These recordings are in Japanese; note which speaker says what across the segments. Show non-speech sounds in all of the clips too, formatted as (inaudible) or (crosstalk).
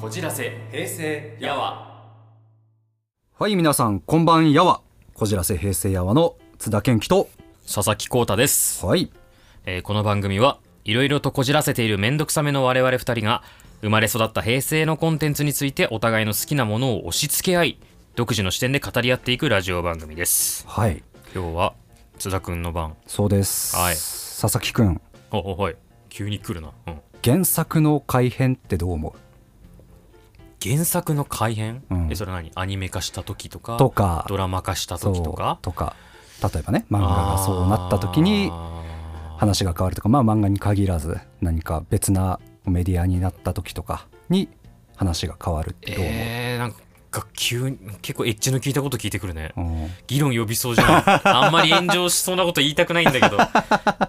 Speaker 1: こじらせ
Speaker 2: 平成
Speaker 1: やわ
Speaker 3: はい、皆さん、こんばんやわ。こじらせ平成やわの津田健樹と、
Speaker 1: 佐々木浩太です、
Speaker 3: はい、
Speaker 1: えーこの番組はいろいろとこじらせているめんどくさめの我々二人が生まれ育った平成のコンテンツについてお互いの好きなものを押し付け合い独自の視点で語り合っていくラジオ番組です
Speaker 3: はい、
Speaker 1: 今日は津田くんの番
Speaker 3: そうです。
Speaker 1: はい
Speaker 3: 佐々木くん、
Speaker 1: おおはい急に来るな、うん、
Speaker 3: 原作の改編ってどう思
Speaker 1: 原作の改編、
Speaker 3: うん
Speaker 1: えそれ何アニメ化した時とか
Speaker 3: うとか、
Speaker 1: ドラマ化した
Speaker 3: そう
Speaker 1: 時とか
Speaker 3: とか、例えばね、漫画がそうなった時に
Speaker 1: あー
Speaker 3: 話が変わるとか、まあ漫画に限らず、何か別なメディアになった時とかに話が変わるってどう思う、
Speaker 1: えー、なんか急に結構エッジの効いたこと聞いてくるね
Speaker 3: うん
Speaker 1: 議論呼びそうじゃ
Speaker 3: (laughs)
Speaker 1: んあんまり炎上しそうなこと言いたくないんだけど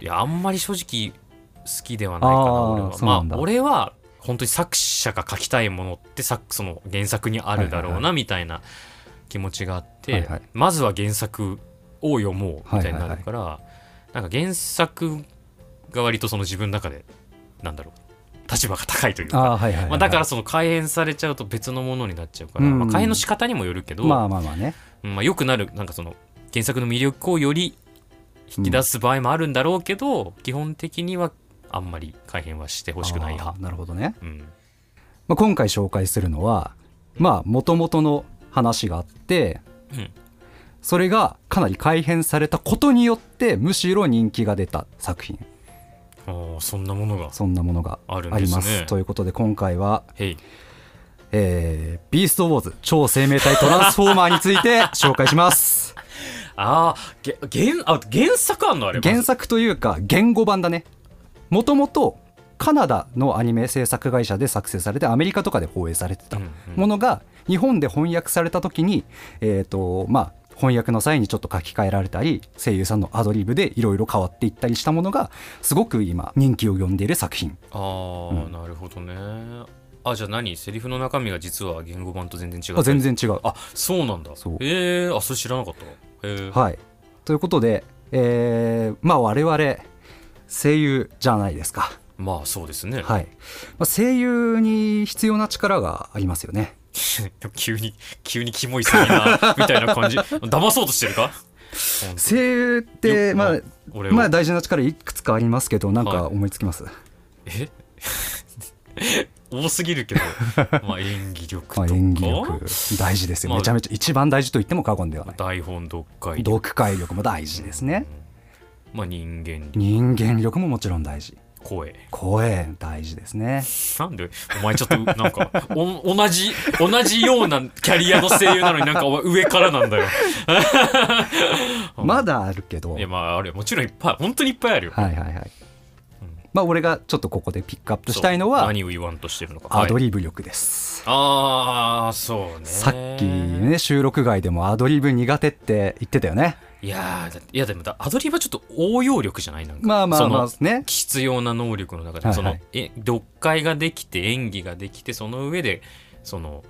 Speaker 1: いやあんまり正直好きではないかな
Speaker 3: あー
Speaker 1: 俺は
Speaker 3: そうなん
Speaker 1: まあ
Speaker 3: だ
Speaker 1: 俺は本当に作者が書きたいものってさその原作にあるだろ
Speaker 3: は
Speaker 1: う
Speaker 3: いは
Speaker 1: なみたいな気持ちがあって、
Speaker 3: はいはい
Speaker 1: まずは原作を読もうみたいになるから、なんか原作が割とその自分の中でなんだろう立場が高いというか
Speaker 3: あーはいはいはいはい
Speaker 1: まあ、だからその改変されちゃうと別のものになっちゃうから、
Speaker 3: うん
Speaker 1: まあ、改変の仕方にもよるけど、
Speaker 3: ま
Speaker 1: ま
Speaker 3: あまあまあね。
Speaker 1: あよくなるなんかその原作の魅力をより引き出す場合もあるんだろうけど、基本的にはあんまり改変はしてほしくない
Speaker 3: あ
Speaker 1: 派
Speaker 3: ー、なるほどね。
Speaker 1: うん、
Speaker 3: まあ、今回紹介するのはまあもともとの話があって、
Speaker 1: うん
Speaker 3: それがかなり改変されたことによってむしろ人気が出た作品
Speaker 1: あーそんなものが
Speaker 3: そんなものが
Speaker 1: あるん
Speaker 3: あ
Speaker 1: で
Speaker 3: り
Speaker 1: す
Speaker 3: ます
Speaker 1: ね
Speaker 3: ということで今回は、
Speaker 1: へい
Speaker 3: えービーストウォーズ超生命体トランスフォーマ
Speaker 1: (laughs)
Speaker 3: ー」について紹介します
Speaker 1: あーげ原あ原作あんのあれ
Speaker 3: 原作というか言語版だねもともとカナダのアニメ制作会社で作成されてアメリカとかで放映されてた
Speaker 1: うんうん
Speaker 3: ものが日本で翻訳された時に、えーとまあ、翻訳の際にちょっと書き換えられたり声優さんのアドリブでいろいろ変わっていったりしたものがすごく今人気を呼んでいる作品
Speaker 1: あー、なるほどねあじゃあ何セリフの中身が実は言語版と全然違う
Speaker 3: あ全然違う。
Speaker 1: あそうなんだ
Speaker 3: そう
Speaker 1: えー、あそれ知らなかったへー
Speaker 3: はい、ということで、えーまあ、我々声優じゃないですか、
Speaker 1: まあそうですね
Speaker 3: はいまあ、声優に必要な力がありますよね。
Speaker 1: (laughs) 急に急にキモいすぎなみたいな感じ (laughs) 騙そうとしてる (laughs) か
Speaker 3: 声優って、
Speaker 1: よ
Speaker 3: ま
Speaker 1: あ
Speaker 3: あ
Speaker 1: 俺を
Speaker 3: まあ、大事な力いくつかありますけどなんか
Speaker 1: はい
Speaker 3: 思いつきます、
Speaker 1: え多すぎる
Speaker 3: (laughs)
Speaker 1: けどまあ演技力と
Speaker 3: まあ、
Speaker 1: か
Speaker 3: 演技力大事ですよ、
Speaker 1: まあ
Speaker 3: めちゃめちゃ一番大事と言っても過言ではない
Speaker 1: 台本読解力
Speaker 3: 読解力も大事ですね
Speaker 1: まあ人間力
Speaker 3: 人間力ももちろん大事
Speaker 1: 声
Speaker 3: 声大事ですね
Speaker 1: なんでお前ちょっとなんかお同じ同じようなキャリアの声優なのになんかお前上からなんだようん
Speaker 3: まだあるけど
Speaker 1: いやまああれもちろんいっぱい本当にいっぱいあるよ
Speaker 3: はいはいはい、まあ俺がちょっとここでピックアップしたいの
Speaker 1: そう
Speaker 3: は
Speaker 1: 何を言わんとしてるのか
Speaker 3: アド
Speaker 1: はい
Speaker 3: リブ力です、
Speaker 1: ああそうね
Speaker 3: さっきね収録外でもアドリブ苦手って言ってたよね
Speaker 1: いやーだいやでもだアドリブはちょっと応用力じゃないなんか
Speaker 3: まあまあまあ
Speaker 1: その
Speaker 3: ね
Speaker 1: 必要な能力の中で、
Speaker 3: はいはい
Speaker 1: そのえ読解ができて演技ができてその上でその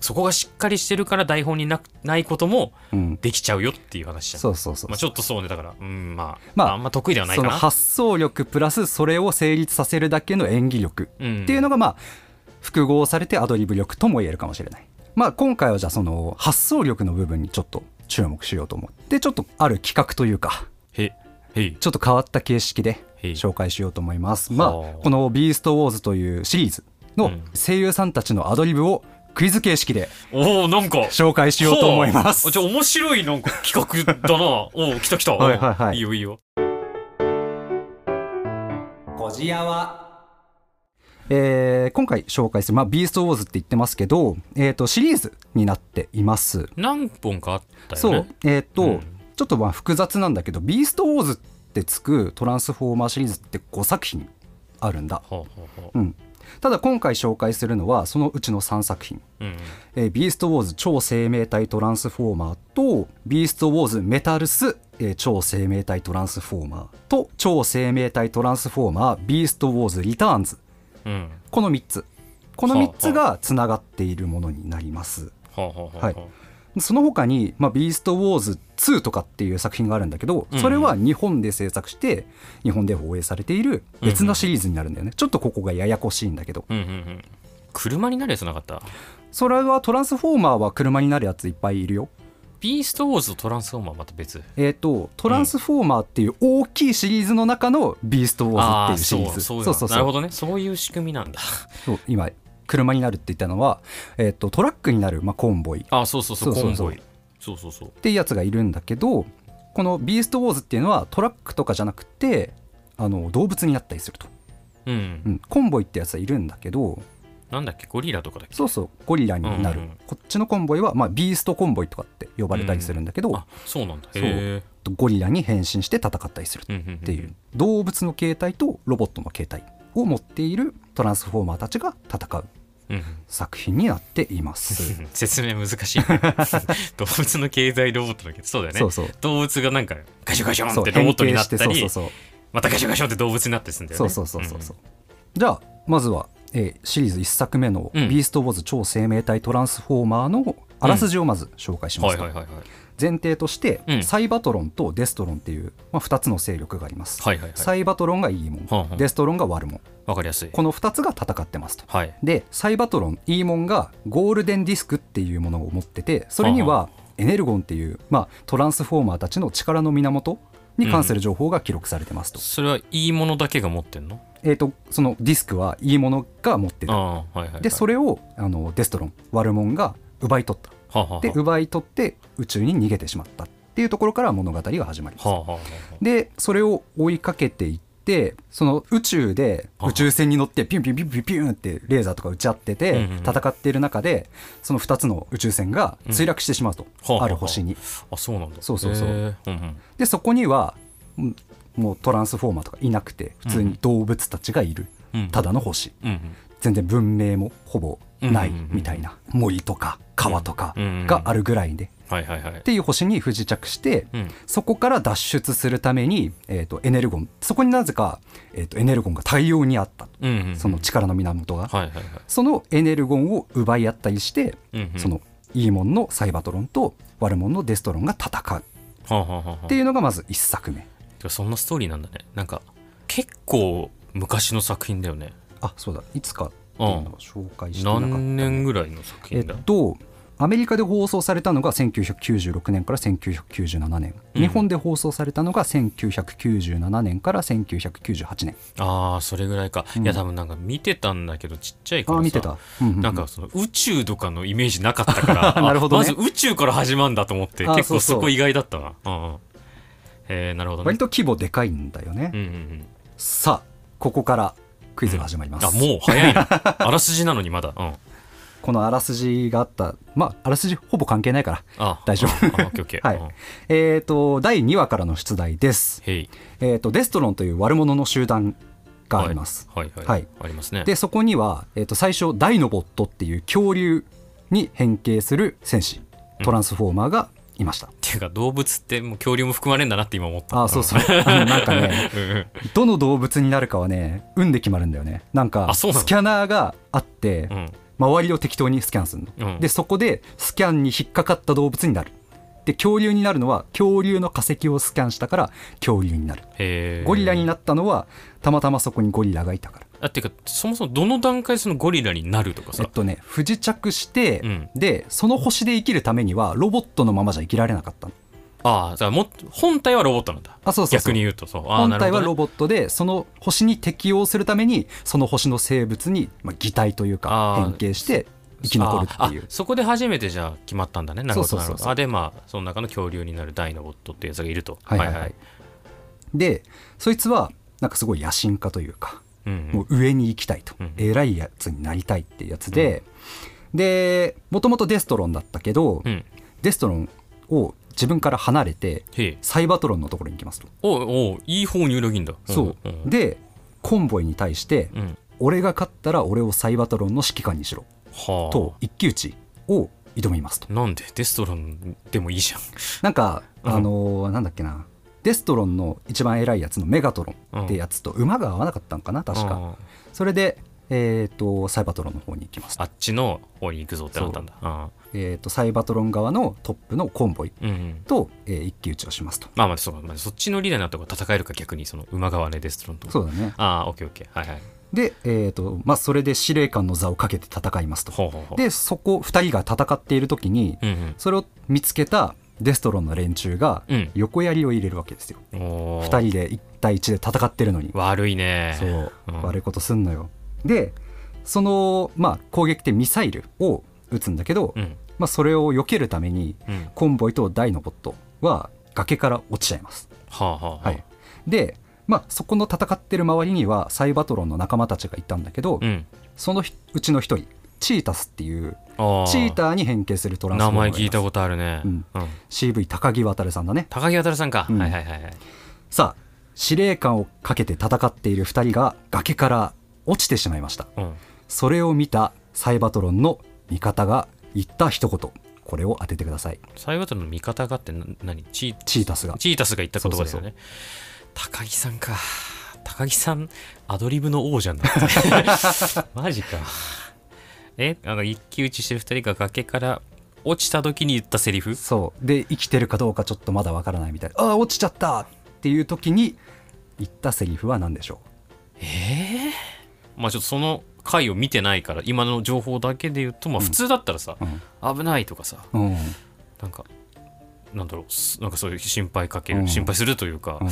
Speaker 1: そこがしっかりしてるから台本になくないことも
Speaker 3: うん
Speaker 1: できちゃうよっていう話じゃん
Speaker 3: そうそうそう、
Speaker 1: まあ、ちょっとそうねだからうんまあ、
Speaker 3: まあ
Speaker 1: あ、んま得意ではない
Speaker 3: そ
Speaker 1: か
Speaker 3: の
Speaker 1: な
Speaker 3: 発想力プラスそれを成立させるだけの演技力
Speaker 1: うん
Speaker 3: っていうのがまあ複合されてアドリブ力とも言えるかもしれない。まあ今回はじゃあその発想力の部分にちょっと注目しようと思ってちょっとある企画というか
Speaker 1: へへい
Speaker 3: ちょっと変わった形式で
Speaker 1: へい
Speaker 3: 紹介しようと思います。
Speaker 1: はあ
Speaker 3: まあこの「ビーストウォーズ」というシリーズ
Speaker 1: う
Speaker 3: の
Speaker 1: ん
Speaker 3: 声優さんたちのアドリブをクイズ形式で
Speaker 1: おおなんか
Speaker 3: 紹介しようと思いま
Speaker 1: ほう
Speaker 3: す
Speaker 1: あ。ちょ面白いなんか企画
Speaker 3: (laughs)
Speaker 1: だなおお来た来た
Speaker 3: はいはいはい
Speaker 1: いよいいよ
Speaker 3: こじやはえー今回紹介する、まあ、ビーストウォーズって言ってますけど、えー、とシリーズになっています。
Speaker 1: 何本かあったよ
Speaker 3: そ
Speaker 1: ね
Speaker 3: う、えーっと、
Speaker 1: うん
Speaker 3: ちょっとまあ複雑なんだけど、ビーストウォーズってつくトランスフォーマーシリーズって5作品あるんだ。
Speaker 1: はあはあはあ
Speaker 3: うん。ただ今回紹介するのはそのうちの3作品。
Speaker 1: うん
Speaker 3: えービーストウォーズ超生命体トランスフォーマーと、ビーストウォーズメタルス、えー超生命体トランスフォーマーと、超生命体トランスフォーマー、ビーストウォーズリターンズ。
Speaker 1: うん
Speaker 3: この3つ。この
Speaker 1: はあ
Speaker 3: 3つがつながっているものになります。
Speaker 1: はあはあはあ
Speaker 3: はいその他に、まあ、ビーストウォーズ2とかっていう作品があるんだけど、それは日本で制作して、日本で放映されている別のシリーズになるんだよね。ちょっとここがややこしいんだけど。
Speaker 1: うんうんうん車になるやつなかった
Speaker 3: それはトランスフォーマーは車になるやついっぱいいるよ
Speaker 1: ビーストウォーズとトランスフォーマーはまた別
Speaker 3: えっ、とトランスフォーマーっていう大きいシリーズの中のビーストウォーズっていうシリーズ、
Speaker 1: そうそうそうなるほどねそういう仕組みなんだ
Speaker 3: そう今車になるって言ったのは、えっとトラックになる、 (laughs) まあ、コンボイっ
Speaker 1: あそうそうそう
Speaker 3: そうそうそう
Speaker 1: コンボイそうそうそう
Speaker 3: ていうやつがいるんだけどこのビーストウォーズっていうのはトラックとかじゃなくてあの動物になったりすると、
Speaker 1: うん、
Speaker 3: うん、コンボイってやつはいるんだけど
Speaker 1: なんだっけゴリラとかだっけ
Speaker 3: そうそうゴリラになる、
Speaker 1: うんうん
Speaker 3: こっちのコンボイは、まあ、ビーストコンボイとかって呼ばれたりするんだけど、
Speaker 1: あそうなんだ
Speaker 3: そう
Speaker 1: へ
Speaker 3: ゴリラに変身して戦ったりする
Speaker 1: えっ
Speaker 3: っていう動物の形態とロボットの形態を持っているトランスフォーマーたちが戦う作品になっています。
Speaker 1: (laughs) 説明難しい動物の経済ロボットだけどそうだよね
Speaker 3: そうそう
Speaker 1: 動物がなんかガショガション
Speaker 3: そ
Speaker 1: っ
Speaker 3: う
Speaker 1: てロボットになった
Speaker 3: 変形して
Speaker 1: り
Speaker 3: そうそう
Speaker 1: またガショガションって動物になってすんだよね
Speaker 3: そうそうそうそうそうそうじゃあまずは、えーシリーズ1作目の「
Speaker 1: うん
Speaker 3: ビースト・ウォーズ超生命体トランスフォーマー」のあらすじをまず紹介し
Speaker 1: うん
Speaker 3: ま
Speaker 1: は
Speaker 3: す
Speaker 1: い
Speaker 3: と、
Speaker 1: はいはいはい
Speaker 3: 前提として、
Speaker 1: うん
Speaker 3: サイバトロンとデストロンっていう、まあ、2つの勢力があります、
Speaker 1: はいはいはい
Speaker 3: サイバトロンがいいも
Speaker 1: は
Speaker 3: ん、
Speaker 1: あはあ
Speaker 3: デストロンが悪もん
Speaker 1: わかりやすい
Speaker 3: この2つが戦ってますと
Speaker 1: はい
Speaker 3: でサイバトロンイーモンがゴールデンディスクっていうものを持っててそれに
Speaker 1: は
Speaker 3: はエネルゴンっていう、まあ、トランスフォーマーたちの力の源に関する情報が記録されてますと,、
Speaker 1: それはいいものだけが持ってんの
Speaker 3: えー、とそのディスクはいいものが持ってる
Speaker 1: ああはいはいはい
Speaker 3: でそれをあのデストロン悪者が奪い取った
Speaker 1: はあはあはあ
Speaker 3: で奪い取って宇宙に逃げてしまったっていうところから物語が始まります、
Speaker 1: はあはあはあ
Speaker 3: でそれを追いかけていってその宇宙で
Speaker 1: はは
Speaker 3: 宇宙船に乗ってピュンピュンピュンピュンピュンってレーザーとか撃ち合って
Speaker 1: うん
Speaker 3: て
Speaker 1: うんうん
Speaker 3: 戦っている中でその2つの宇宙船が墜落してしまうと、
Speaker 1: はあはあ
Speaker 3: ある星に
Speaker 1: あそうなんだ
Speaker 3: そうそうそう
Speaker 1: へえうんうん
Speaker 3: でそこにはうんもうトランスフォーマーとかいなくて普通に動物たちがいる、
Speaker 1: うん
Speaker 3: ただの星
Speaker 1: うんうん
Speaker 3: 全然文明もほぼない
Speaker 1: うんうんうんうん
Speaker 3: みたいな森とか川とか
Speaker 1: うんうんうん
Speaker 3: があるぐらいで
Speaker 1: はいはいはい
Speaker 3: っていう星に不時着して、
Speaker 1: うん
Speaker 3: そこから脱出するために、えー、とエネルゴンそこになぜか、えー、とエネルゴンが大量にあった
Speaker 1: うんうんうん
Speaker 3: その力の源
Speaker 1: は
Speaker 3: が、
Speaker 1: いはいはい
Speaker 3: そのエネルゴンを奪い合ったりして、
Speaker 1: うんうん
Speaker 3: そのいいもんのサイバトロンと悪者のデストロンが戦うっ
Speaker 1: はあはあはあはあ
Speaker 3: ていうのがまず1作目
Speaker 1: てかそんなストーリーなんだねなんか結構昔の作品だよね
Speaker 3: あそうだいつかっていうのを紹介してなかった、
Speaker 1: 何年ぐらいの作
Speaker 3: えっ
Speaker 1: 品だ、
Speaker 3: とアメリカで放送されたのが1996年から1997年、
Speaker 1: うん
Speaker 3: 日本で放送されたのが1997年から1998年
Speaker 1: ああそれぐらいか、
Speaker 3: うん
Speaker 1: いや多分なんか見てたんだけどちっちゃいか
Speaker 3: あ
Speaker 1: ら
Speaker 3: あ
Speaker 1: さ
Speaker 3: 見てた、ううう
Speaker 1: なんかその宇宙とかのイメージなかったから
Speaker 3: (laughs)
Speaker 1: あ
Speaker 3: なるほどね
Speaker 1: まず宇宙から始まるんだと思って
Speaker 3: あー
Speaker 1: 結
Speaker 3: そう
Speaker 1: 構
Speaker 3: そう
Speaker 1: そこ意外だったなうんうんえー、なるほどね
Speaker 3: 割と規模でかいんだよね、
Speaker 1: うんうんうん
Speaker 3: さあここからクイズが始まります、
Speaker 1: あもう早
Speaker 3: (laughs)
Speaker 1: いなあらすじなのにまだうん
Speaker 3: このあらすじがあったまああらすじほぼ関係ないから
Speaker 1: あ
Speaker 3: 大丈夫
Speaker 1: あオッケーオッケー
Speaker 3: はい
Speaker 1: うん
Speaker 3: えっ、と第2話からの出題です
Speaker 1: へい
Speaker 3: えっ、とデストロンという悪者の集団があります、
Speaker 1: はいはい、
Speaker 3: はい
Speaker 1: ありますね
Speaker 3: でそこには、えー、と最初ダイノボットっていう恐竜に変形する戦士トランスフォーマーがいました、
Speaker 1: っていうか動物ってもう恐竜も含まれるんだなって今思った
Speaker 3: ああそうそう
Speaker 1: (laughs)
Speaker 3: あのなんかね
Speaker 1: うんうん
Speaker 3: どの動物になるかはね運で決まるんだよねなんか
Speaker 1: あそうなの
Speaker 3: スキャナーがあって、
Speaker 1: うん
Speaker 3: 周りを適当にスキャンするの、
Speaker 1: うん
Speaker 3: でそこでスキャンに引っかかった動物になるで恐竜になるのは恐竜の化石をスキャンしたから恐竜になる
Speaker 1: へえ
Speaker 3: ゴリラになったのはたまたまそこにゴリラがいたから
Speaker 1: あっていうかそもそもどの段階でそのゴリラになるとか
Speaker 3: え
Speaker 1: さ
Speaker 3: っとね不時着して、
Speaker 1: うん
Speaker 3: でその星で生きるためにはロボットのままじゃ生きられなかったの
Speaker 1: ああだからもっと本体はロボットなんだ
Speaker 3: あそうそうそう
Speaker 1: 逆に言うとそうああ
Speaker 3: 本体は
Speaker 1: なるほど
Speaker 3: ロ
Speaker 1: ね
Speaker 3: ボットでその星に適応するためにその星の生物に、まあ、擬態という
Speaker 1: あ
Speaker 3: か
Speaker 1: ー
Speaker 3: 変形して生き残るってい
Speaker 1: あ
Speaker 3: う
Speaker 1: あそこで初めてじゃあ決まったんだねなるほ
Speaker 3: そ
Speaker 1: ど
Speaker 3: うそ
Speaker 1: なる
Speaker 3: うそう
Speaker 1: ほ
Speaker 3: そう
Speaker 1: どあでまあその中の恐竜になるダイノボットっていうやつがいると
Speaker 3: はいはいはい、でそいつはなんかすごい野心家というか
Speaker 1: うんうん
Speaker 3: もう上に行きたいと、
Speaker 1: うん
Speaker 3: 偉いやつになりたいってやつで、でもともとデストロンだったけど、
Speaker 1: うん
Speaker 3: デストロンを自分から離れて
Speaker 1: へえ
Speaker 3: サイバトロンのところに行きますと、
Speaker 1: おうおういい方に裏切んだ
Speaker 3: そうんでコンボイに対して、
Speaker 1: うんうん
Speaker 3: 俺が勝ったら俺をサイバトロンの指揮官にしろ
Speaker 1: はあ
Speaker 3: と一騎打ちを挑みますと
Speaker 1: なんでデストロンでもいいじゃん
Speaker 3: なんか、
Speaker 1: うん
Speaker 3: あのーなんだっけなデストロンの一番偉いやつのメガトロンってやつと馬が合わなかったのかな確か、
Speaker 1: うん
Speaker 3: それで、えー、とサイバトロンの方に行きます
Speaker 1: あっちの方に行くぞってなったんだあ
Speaker 3: えー、とサイバトロン側のトップのコンボイ
Speaker 1: あうんうん
Speaker 3: と、えー一騎打ちをしますと
Speaker 1: まあまあそうかまあそっちのリレーになった方が戦えるか逆にその馬側ねデストロンと
Speaker 3: そうだね
Speaker 1: ああオッケーオッケーはいはい
Speaker 3: で、えーとまあ、それで司令官の座をかけて戦いますと
Speaker 1: ほうほうほう
Speaker 3: でそこ2人が戦っている時に、
Speaker 1: うん
Speaker 3: それを見つけたデストロンの連中が
Speaker 1: うん
Speaker 3: 横槍を入れるわけですよ、
Speaker 1: うんおー
Speaker 3: 2人で1対1で戦ってるのに
Speaker 1: 悪いね
Speaker 3: そう、
Speaker 1: うん
Speaker 3: 悪いことすんのよでその、まあ、攻撃ってミサイルを撃つんだけど、
Speaker 1: うん
Speaker 3: まあ、それを避けるために
Speaker 1: うん
Speaker 3: コンボイとダイのボットは崖から落ちちゃいます、
Speaker 1: はあはあはあ
Speaker 3: はい、で、まあ、そこの戦ってる周りにはサイバトロンの仲間たちがいたんだけど、
Speaker 1: うん
Speaker 3: そのひうちの一人チータスっていう
Speaker 1: あー
Speaker 3: チーターに変形するトランスフ
Speaker 1: 名
Speaker 3: ォーマー
Speaker 1: 前
Speaker 3: がいます
Speaker 1: 聞いたことあるね、
Speaker 3: うん
Speaker 1: うん
Speaker 3: CV 高木渉さんだね
Speaker 1: 高木渉さんか、
Speaker 3: うん
Speaker 1: はいはいはいはい
Speaker 3: さあ司令官をかけて戦っている2人が崖から落ちてしまいました
Speaker 1: うん
Speaker 3: それを見たサイバトロンの味方が言った一言これを当ててください
Speaker 1: サイバトルの味方がってな何チ
Speaker 3: チータスが
Speaker 1: ーチータスが言った言葉です
Speaker 3: そ
Speaker 1: よ
Speaker 3: うそ
Speaker 1: ね高木さんか高木さんアドリブの王者になった
Speaker 3: (laughs)
Speaker 1: マジかえあの一騎打ちしてる二人が崖から落ちた時に言ったセリフ
Speaker 3: そうで生きてるかどうかちょっとまだわからないみたいなあー落ちちゃったっていう時に言ったセリフは何でしょ
Speaker 1: まあちょっとその回を見てないから今の情報だけで言うとまあ普通だったらさ、
Speaker 3: う、
Speaker 1: 危ないとかさ
Speaker 3: うんうん
Speaker 1: なんかなんだろうすなんかそういう心配かける、
Speaker 3: うん
Speaker 1: 心配するというか、
Speaker 3: う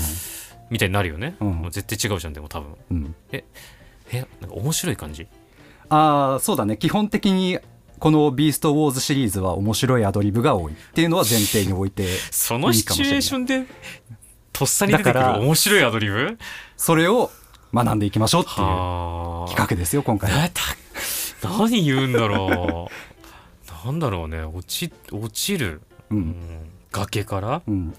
Speaker 1: みたいになるよね、
Speaker 3: うん
Speaker 1: もう絶対違うじゃんでも多分
Speaker 3: んうん、
Speaker 1: えなんか面白い感じ
Speaker 3: ああそうだね基本的にこの「ビーストウォーズ」シリーズは面白いアドリブが多いっていうのは前提に
Speaker 1: (laughs)
Speaker 3: おいて
Speaker 1: そのシチュエーションでとっさに出てく
Speaker 3: だ
Speaker 1: る
Speaker 3: から
Speaker 1: 面白いアドリブ
Speaker 3: それを学んでいきましょうっていう
Speaker 1: はあ
Speaker 3: 企画ですよ今回は
Speaker 1: なた何言うんだろうなんだろうね落ち落ちる、
Speaker 3: う
Speaker 1: うんん、崖から
Speaker 3: うん、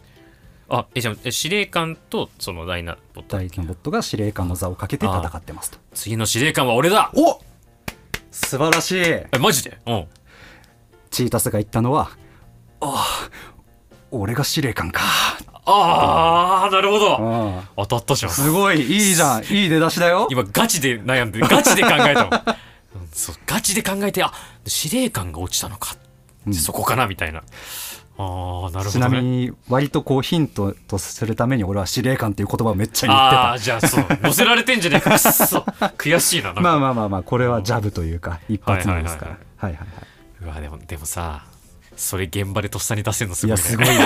Speaker 1: あえじゃあえ司令官とそのダイナボット
Speaker 3: 大キャンボットが司令官の座をかけて戦ってますと
Speaker 1: 次の司令官は俺だ
Speaker 3: お素晴らしい
Speaker 1: えマジでうん
Speaker 3: チータスが言ったのはああ俺が司令官か
Speaker 1: ああなるほど
Speaker 3: あ
Speaker 1: 当たったじゃん
Speaker 3: すごいいいじゃんいい出だしだよ
Speaker 1: 今ガチで悩んでガチで考えたのうんそうガチで考えてあ司令官が落ちたのか、
Speaker 3: ん
Speaker 1: そこかなみたいなああなるほ
Speaker 3: ち
Speaker 1: ど
Speaker 3: なみ
Speaker 1: ね
Speaker 3: に割とこうヒントとするために俺は司令官っていう言葉をめっちゃ言ってた
Speaker 1: ああーじゃあそう乗せられてんじゃねえかくっ
Speaker 3: (laughs)
Speaker 1: そ悔しいななんか
Speaker 3: まあまあまあまあこれはジャブというか一発目ですから
Speaker 1: は
Speaker 3: はいはいは
Speaker 1: うわでもでもさそれ現場でとっさに出せるのす
Speaker 3: いい
Speaker 1: ごい
Speaker 3: や
Speaker 1: ね
Speaker 3: すごいよ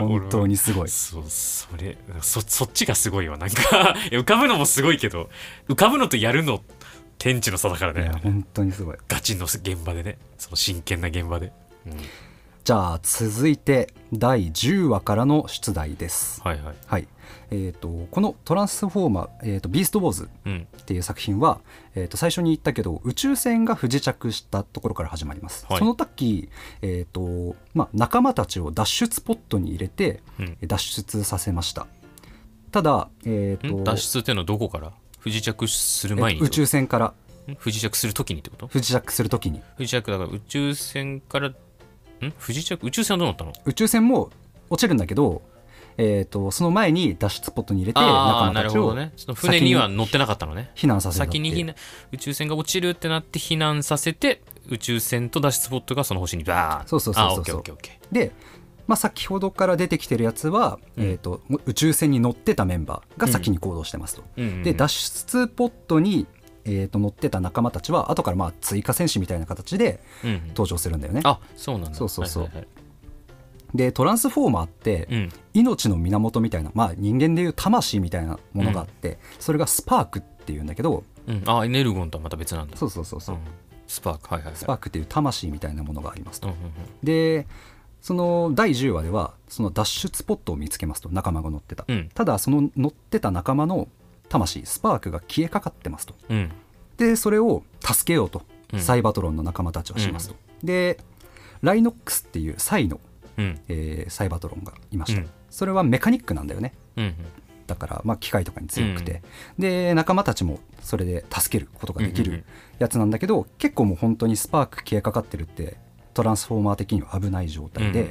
Speaker 3: 本当にすごい
Speaker 1: そうそれそそっちがすごいわなんか (laughs) いや浮かぶのもすごいけど浮かぶのとやるの天地の差だから
Speaker 3: いや
Speaker 1: ね
Speaker 3: 本当にすごい
Speaker 1: ガチの現場でねその真剣な現場で、うん
Speaker 3: じゃあ続いて第10話からの出題です
Speaker 1: はいはい
Speaker 3: はいえー、とこの「トランスフォーマー、えー、とビースト・ウォーズ」
Speaker 1: うん
Speaker 3: っていう作品は、えー、と最初に言ったけど宇宙船が不時着したところから始まります、
Speaker 1: はい
Speaker 3: その時、えーとまあ、仲間たちを脱出ポットに入れて
Speaker 1: うん
Speaker 3: 脱出させましたただ、えー
Speaker 1: ん
Speaker 3: と
Speaker 1: 脱出っていうのはどこから不時着する前
Speaker 3: え
Speaker 1: に
Speaker 3: ーと宇宙船から
Speaker 1: ん不時着するときにってこと
Speaker 3: 不時着する時に
Speaker 1: 不時着だから宇宙船からん不時着宇宙船はどうなったの
Speaker 3: 宇宙船も落ちるんだけど、えー、とその前に脱出ポットに入れて
Speaker 1: あ
Speaker 3: 仲
Speaker 1: あな
Speaker 3: 間た
Speaker 1: る
Speaker 3: ち
Speaker 1: ほど
Speaker 3: を
Speaker 1: ねその船には乗ってなかったのね
Speaker 3: 避難させたって
Speaker 1: 先に避難宇宙船が落ちるってなって避難させて宇宙船と脱出ポットがその星にバーッ
Speaker 3: そうそうそうそう
Speaker 1: あオッケーオッケーオッケ
Speaker 3: で、まあ、先ほどから出てきてるやつは、
Speaker 1: うん
Speaker 3: えー、と宇宙船に乗ってたメンバーが先に行動してますと、
Speaker 1: ー、うんうんうん
Speaker 3: で脱出ポットに、えー、と乗ってた仲間たちは後からまあ追加戦士みたいな形で
Speaker 1: うんうん
Speaker 3: 登場するんだよね、
Speaker 1: あそうなんだ
Speaker 3: そうそうそう
Speaker 1: はいはいはい
Speaker 3: でトランスフォーマーって、
Speaker 1: うん
Speaker 3: 命の源みたいな、まあ、人間でいう魂みたいなものがあって、それがスパークっていうんだけど
Speaker 1: うん、あエネルゴンとはまた別なんだ
Speaker 3: そうそうそうそう、
Speaker 1: んスパークはいはいはい
Speaker 3: スパークっていう魂みたいなものがありますと、
Speaker 1: うんうんうん
Speaker 3: でその第10話ではその脱出ポットを見つけますと仲間が乗ってた、
Speaker 1: うん
Speaker 3: ただその乗ってた仲間の魂スパークが消えかかってますと
Speaker 1: うん
Speaker 3: でそれを助けようと、
Speaker 1: うん
Speaker 3: サイバトロンの仲間たちはしますと、でライノックスっていうサイの、
Speaker 1: うん
Speaker 3: えーサイバトロンがいました、
Speaker 1: うん
Speaker 3: それはメカニックなんだよね
Speaker 1: うんうん
Speaker 3: だからまあ機械とかに強くて、で仲間たちもそれで助けることができ
Speaker 1: うんうんう
Speaker 3: る
Speaker 1: ん
Speaker 3: やつなんだけど、結構もう本当にスパーク消えかかってるってトランスフォーマー的には危ない状態で,、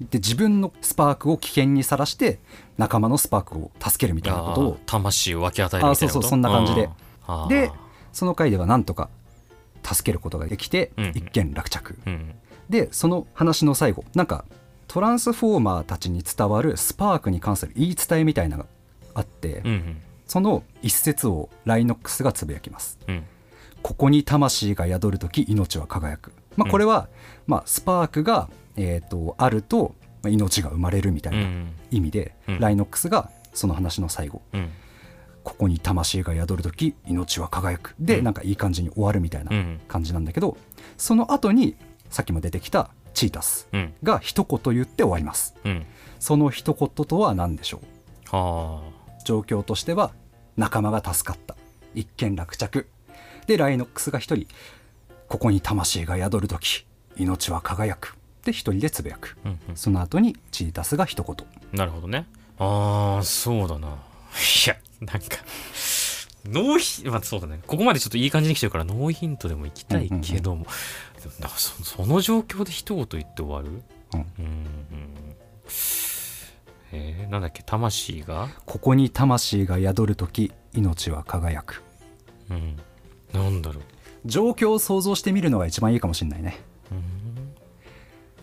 Speaker 3: で自分のスパークを危険にさらして仲間のスパークを助けるみたいなことを
Speaker 1: あー魂を分け与えるみたいなこと
Speaker 3: あそうそうそんな感じで
Speaker 1: あー
Speaker 3: でその回ではなんとか助けることができて
Speaker 1: うんうん
Speaker 3: 一件落着、
Speaker 1: うん
Speaker 3: でその話の最後なんかトランスフォーマーたちに伝わるスパークに関する言い伝えみたいなのがあって、
Speaker 1: うんうん
Speaker 3: その一節をライノックスがつぶやきます
Speaker 1: うん
Speaker 3: ここに魂が宿る時命は輝く、まあ、これは、まあ、スパークが、えー、とあるとまあ命が生まれるみたいな意味で、
Speaker 1: うん
Speaker 3: ライノックスがその話の最後
Speaker 1: うん
Speaker 3: ここに魂が宿る時命は輝く
Speaker 1: う
Speaker 3: で、
Speaker 1: ん
Speaker 3: なんかいい感じに終わるみたい
Speaker 1: う
Speaker 3: な
Speaker 1: ん
Speaker 3: 感じなんだけど、その後にさっきも出てきたチータス
Speaker 1: うん
Speaker 3: が一言言って終わります
Speaker 1: うん
Speaker 3: その一言とは何でしょう
Speaker 1: は
Speaker 3: 状況としては仲間が助かった一件落着でライノックスが一人ここに魂が宿る時命は輝くで一人でつぶやく
Speaker 1: あ、うん
Speaker 3: その後にチータスが一言
Speaker 1: うん、なるほどねああそうだないやなんかノーヒまあそうだねここまでちょっといい感じに来てるからノーヒントでも行きたいけども、でもなんかそその状況で一言言って終わる
Speaker 3: うん
Speaker 1: うんうんえー、なんだっけ魂が
Speaker 3: ここに魂が宿る時命は輝く
Speaker 1: うんなんだろう
Speaker 3: 状況を想像してみるのが一番いいかもしれないね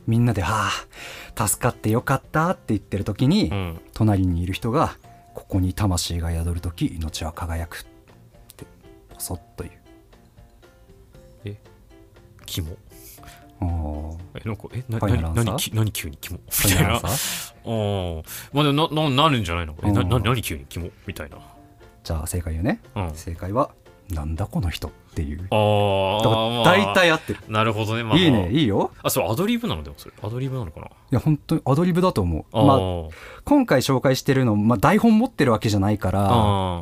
Speaker 3: みんなで「ああ助かってよかった」って言ってる時に、
Speaker 1: うん
Speaker 3: 隣にいる人が「ここに魂が宿る時命は輝く」ってポソッと言う
Speaker 1: え肝
Speaker 3: お
Speaker 1: え
Speaker 3: ー
Speaker 1: なんかえな
Speaker 3: ファイナルア
Speaker 1: 何
Speaker 3: ンサー
Speaker 1: 何き何急に肝
Speaker 3: フ
Speaker 1: み
Speaker 3: ァイ
Speaker 1: たい
Speaker 3: ナルア
Speaker 1: な
Speaker 3: ンサー
Speaker 1: おまあでもなななるんじゃないのえな
Speaker 3: うん
Speaker 1: な何急に肝みたいな
Speaker 3: じゃあ正解言うね、
Speaker 1: うん
Speaker 3: 正解は「なんだこの人」っていう
Speaker 1: あー
Speaker 3: だから
Speaker 1: まあ
Speaker 3: 大体合ってる、
Speaker 1: なるほどねまあ
Speaker 3: いいねいいよ
Speaker 1: あそうアドリブなのでもそれアドリブなのかない
Speaker 3: や本当にアドリブだと思う
Speaker 1: あ
Speaker 3: まあ、
Speaker 1: ー、
Speaker 3: 今回紹介してるの、まあ、台本持ってるわけじゃないから
Speaker 1: あ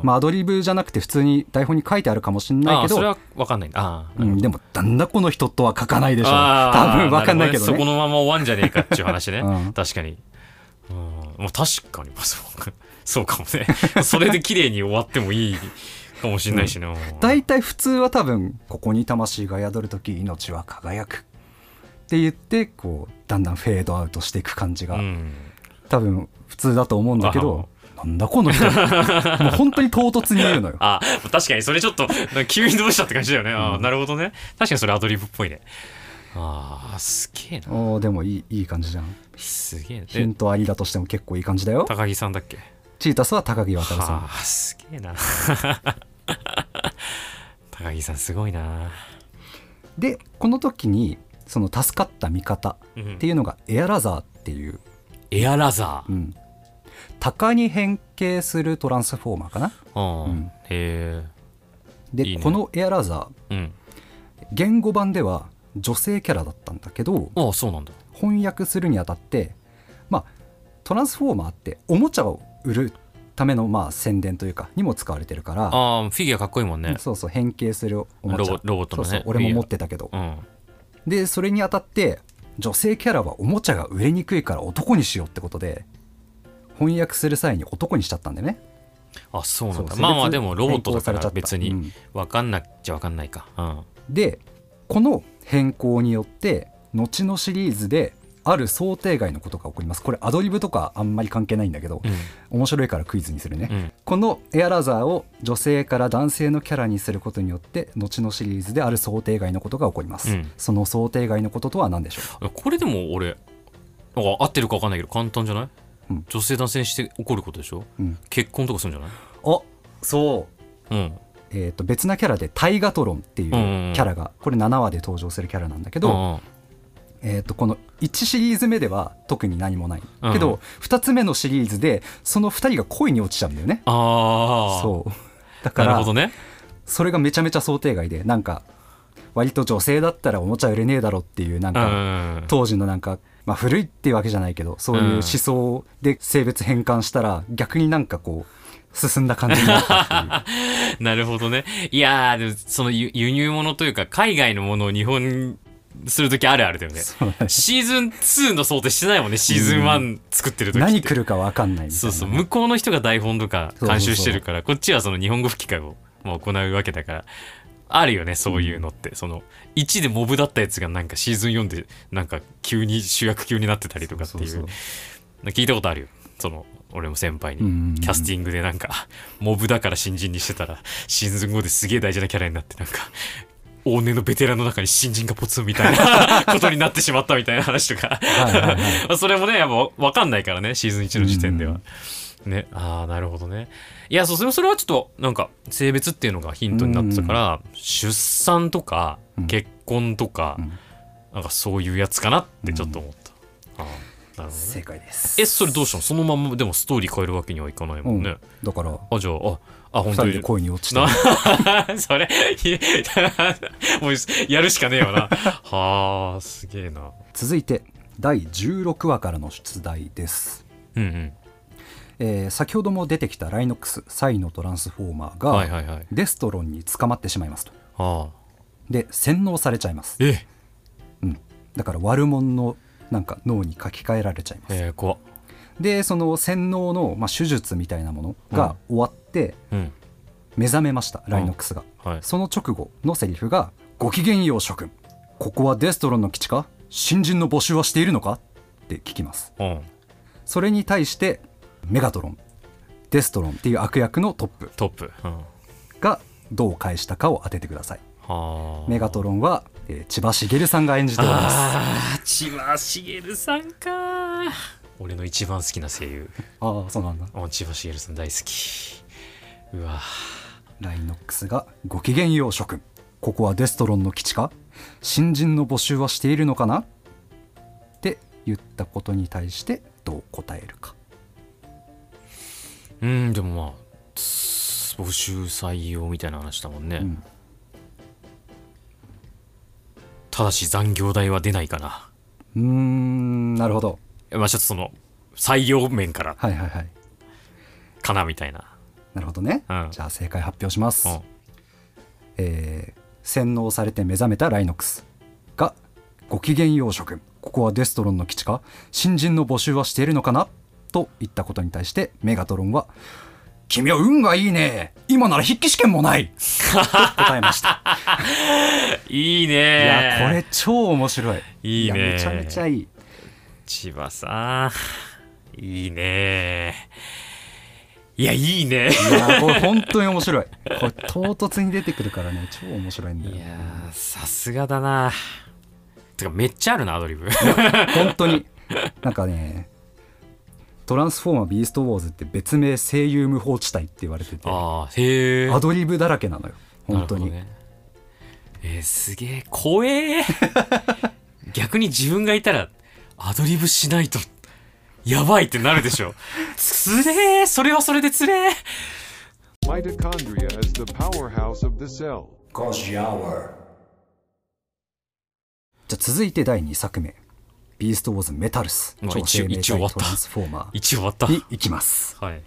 Speaker 1: ー
Speaker 3: まあ、アドリブじゃなくて普通に台本に書いてあるかもしれ
Speaker 1: あ
Speaker 3: ない
Speaker 1: ー
Speaker 3: けど
Speaker 1: それは分かんないあー
Speaker 3: うん、でも、なんだこの人とは書かないでしょ。
Speaker 1: あー
Speaker 3: 多分わかんないけど
Speaker 1: るほそこ
Speaker 3: ね。
Speaker 1: のまま終わんじゃねえかっていう話ね、
Speaker 3: うん
Speaker 1: 確かにうんもう確かにまあそうかそうかもねそれで綺麗に終わってもいいかもしれないしな、
Speaker 3: 大体普通は多分、ここに魂が宿るとき、命は輝く。って言って、こう、だんだんフェードアウトしていく感じが、
Speaker 1: うん、
Speaker 3: 多分普通だと思うんだけど、なんだこの
Speaker 1: (laughs)
Speaker 3: 人。もう本当に唐突に言うのよ。
Speaker 1: あ確かにそれちょっとなんか急にどうしたって感じだよね、あーなるほどね確かにそれアドリブっぽいねあーすげえな
Speaker 3: おーでもいい、いい感じじゃん。
Speaker 1: すげえな
Speaker 3: ヒ
Speaker 1: え
Speaker 3: ントありだとしても結構いい感じだよ。
Speaker 1: 高木さんだっけ
Speaker 3: チータスは高木渉さん
Speaker 1: は。あすげえな (laughs) 高木さんすごいな
Speaker 3: で、この時に、その助かった味方
Speaker 1: うん
Speaker 3: っていうのがエアラザーっていう、
Speaker 1: エアラザー
Speaker 3: うん、鷹に変形するトランスフォーマーかな
Speaker 1: うん
Speaker 3: うん
Speaker 1: へ
Speaker 3: で
Speaker 1: いいね
Speaker 3: このエアラザ
Speaker 1: えうん
Speaker 3: ー言語版では女性キャラだったんだけど
Speaker 1: ああそうなんだ
Speaker 3: 翻訳するにあたってまあトランスフォーマーっておもちゃを売るためのまあ宣伝というかにも使われてるから
Speaker 1: ああフィギュアかっこいいもんね
Speaker 3: そうそう変形するおもちゃ
Speaker 1: ロボロボットのね
Speaker 3: そうそう俺も持ってたけど
Speaker 1: うん
Speaker 3: でそれにあたって女性キャラはおもちゃが売れにくいから男にしようってことで翻訳する際に男にしちゃったんでね
Speaker 1: あそうなん
Speaker 3: そ
Speaker 1: だ
Speaker 3: う
Speaker 1: まあま
Speaker 3: 性
Speaker 1: あ
Speaker 3: 別
Speaker 1: でもロボットだか
Speaker 3: 変更されちゃ
Speaker 1: ら
Speaker 3: った
Speaker 1: 別
Speaker 3: う
Speaker 1: に
Speaker 3: ん
Speaker 1: わかんなっちゃわかんないかうん
Speaker 3: でこの変更によって後のシリーズである想定外のことが起こりますこれアドリブとかあんまり関係ないんだけど、
Speaker 1: う
Speaker 3: 面白いからクイズにするね、
Speaker 1: んうん
Speaker 3: このエアラザーを女性から男性のキャラにすることによって後のシリーズである想定外のことが起こります、
Speaker 1: うん
Speaker 3: その想定外のこととは何でしょ
Speaker 1: これでも俺なんか合ってるか分かんないけど簡単じゃない、
Speaker 3: うん
Speaker 1: 女性男性にして起こることでしょ
Speaker 3: う、うん、
Speaker 1: 結婚とかするんじゃな
Speaker 3: あそう
Speaker 1: いうん
Speaker 3: えー、と別なキャラでタイガトロンっていうキ
Speaker 1: んうん
Speaker 3: ャラがこれ7話で登場するキャラなんだけど、
Speaker 1: うん
Speaker 3: えー、とこの1シリーズ目では特に何もない
Speaker 1: うん
Speaker 3: けど、2つ目のシリーズでその2人が恋に落ちちゃうんだよね
Speaker 1: ああ
Speaker 3: そうだか
Speaker 1: なるほ
Speaker 3: ら
Speaker 1: どね
Speaker 3: それがめちゃめちゃ想定外でなんか割と女性だったらおもちゃ売れねえだろっていうなん
Speaker 1: うんう
Speaker 3: か、
Speaker 1: んうん
Speaker 3: 当時のなんか、まあ、古いっていうわけじゃないけどそういう思想で性別変換したら逆になんかこう進んだ感じになったっていう。
Speaker 1: なるほどね。いやー、でもその輸輸入物というか、海外のものを日本にするときあるあるだよね。
Speaker 3: そうだね
Speaker 1: シーズン2の想定してないもんね、シーズン1作って (laughs) るとき。
Speaker 3: 何来るかわかんないみたいな
Speaker 1: そうそう、向こうの人が台本とか
Speaker 3: そうそうそう
Speaker 1: 監修してるから、こっちはその日本語吹き替えをまあ行うわけだから、あるよね、そういうのって。その、1でモブだったやつがなんかシーズン4で、なんか急に主役級になってたりとかっていう。
Speaker 3: そうそう
Speaker 1: 聞いたことあるよその俺も先輩
Speaker 3: うんうんうん
Speaker 1: にキャスティングでなんかモブだから新人にしてたらシーズン5ですげえ大事なキャラになってなんか往年のベテランの中に新人がポツンみたい (laughs) なことになってしまったみたいな話とか
Speaker 3: はいはい
Speaker 1: (laughs)
Speaker 3: は
Speaker 1: それもねやっぱ分かんないからねシーズン1の時点では、
Speaker 3: うん
Speaker 1: ね、ああなるほどねいやそうそれそれはちょっとなんか性別っていうのがヒントになってたから、出産とか
Speaker 3: うん
Speaker 1: 結婚とか、
Speaker 3: うん
Speaker 1: なんかそういうやつかなってちょっと思った、ああなるほどね
Speaker 3: 正解です
Speaker 1: えそれどうしたのそのまんまでもストーリー変えるわけにはいかないもんね、
Speaker 3: うん、だから
Speaker 1: あじゃあああ
Speaker 3: 二
Speaker 1: 本当
Speaker 3: 人
Speaker 1: に
Speaker 3: で恋に落ちた
Speaker 1: な (laughs) それいやもうやるしかねえよなはあすげえな
Speaker 3: 続いて第16話からの出題です、
Speaker 1: うんうん
Speaker 3: えー先ほども出てきたライノックスサイのトランスフォーマーが、
Speaker 1: はいはいはい
Speaker 3: デストロンに捕まってしまいますと
Speaker 1: ああ
Speaker 3: で洗脳されちゃいます、
Speaker 1: え
Speaker 3: うん、だから悪者のなんか脳に書き換えられちゃいます、
Speaker 1: えー、怖っ
Speaker 3: でその洗脳の、まあ、手術みたいなものが終わって
Speaker 1: うん
Speaker 3: 目覚めました、ライノックスが
Speaker 1: はい
Speaker 3: その直後のセリフが「ごきげんよう諸君ここはデストロンの基地か新人の募集はしているのか?」って聞きます
Speaker 1: うん
Speaker 3: それに対してメガトロンデストロンっていう悪役のトップ
Speaker 1: トップ、うん、は
Speaker 3: がどう返したかを当ててください
Speaker 1: あ
Speaker 3: メガトロンは、えー千葉茂さんが演じております
Speaker 1: あー千葉茂さんか俺の一番好きな声優
Speaker 3: ああそうなんだ
Speaker 1: あ千葉茂さん大好きうわ
Speaker 3: ライノックスが「ごきげんよう諸君ここはデストロンの基地か新人の募集はしているのかな?」って言ったことに対してどう答えるか
Speaker 1: うんでもまあつ募集採用みたいな話だもんね、
Speaker 3: ん
Speaker 1: ただし残業代は出ないかな
Speaker 3: うーんなるほど
Speaker 1: まあちょっとその採用面から
Speaker 3: はいはいはい
Speaker 1: かなみたいな
Speaker 3: なるほどね、
Speaker 1: うん
Speaker 3: じゃあ正解発表します、
Speaker 1: うん
Speaker 3: えー洗脳されて目覚めたライノックスが「ごきげんよう諸君ここはデストロンの基地か新人の募集はしているのかな?」と言ったことに対してメガトロンは「君は運がいいね今なら筆記試験もない! 」と答え
Speaker 1: (laughs)
Speaker 3: ました、
Speaker 1: (laughs) いい
Speaker 3: いや
Speaker 1: ね
Speaker 3: これ超面白い
Speaker 1: いいね
Speaker 3: やめちゃめちゃいい
Speaker 1: 千葉さんいいねいやいいね
Speaker 3: いやこれ本当に面白いこれ唐突に出てくるからね超面白いんだよ
Speaker 1: いやーさすがだなてかめっちゃあるなアドリブ
Speaker 3: 本当になんかねトランスフォーマービーストウォーズって別名声優無法地帯って言われててア
Speaker 1: (laughs) あーへえ
Speaker 3: ドリブだらけなのよ本当に、
Speaker 1: ね、えー、すげえ怖え (laughs) 逆に自分がいたらアドリブしないとやばいってなるでしょつれえそれはそれでつれえ
Speaker 2: Mitochondria is the powerhouse of the cell.
Speaker 3: じゃあ続いて第2作目ビーストウォーズメタルス
Speaker 1: まあ
Speaker 3: 超
Speaker 1: 一応
Speaker 3: 生命
Speaker 1: 一応終わ
Speaker 3: 体
Speaker 1: った
Speaker 3: トランスフォーマ
Speaker 1: 一応終わっ
Speaker 3: ーに
Speaker 1: た
Speaker 3: 行きます
Speaker 1: はい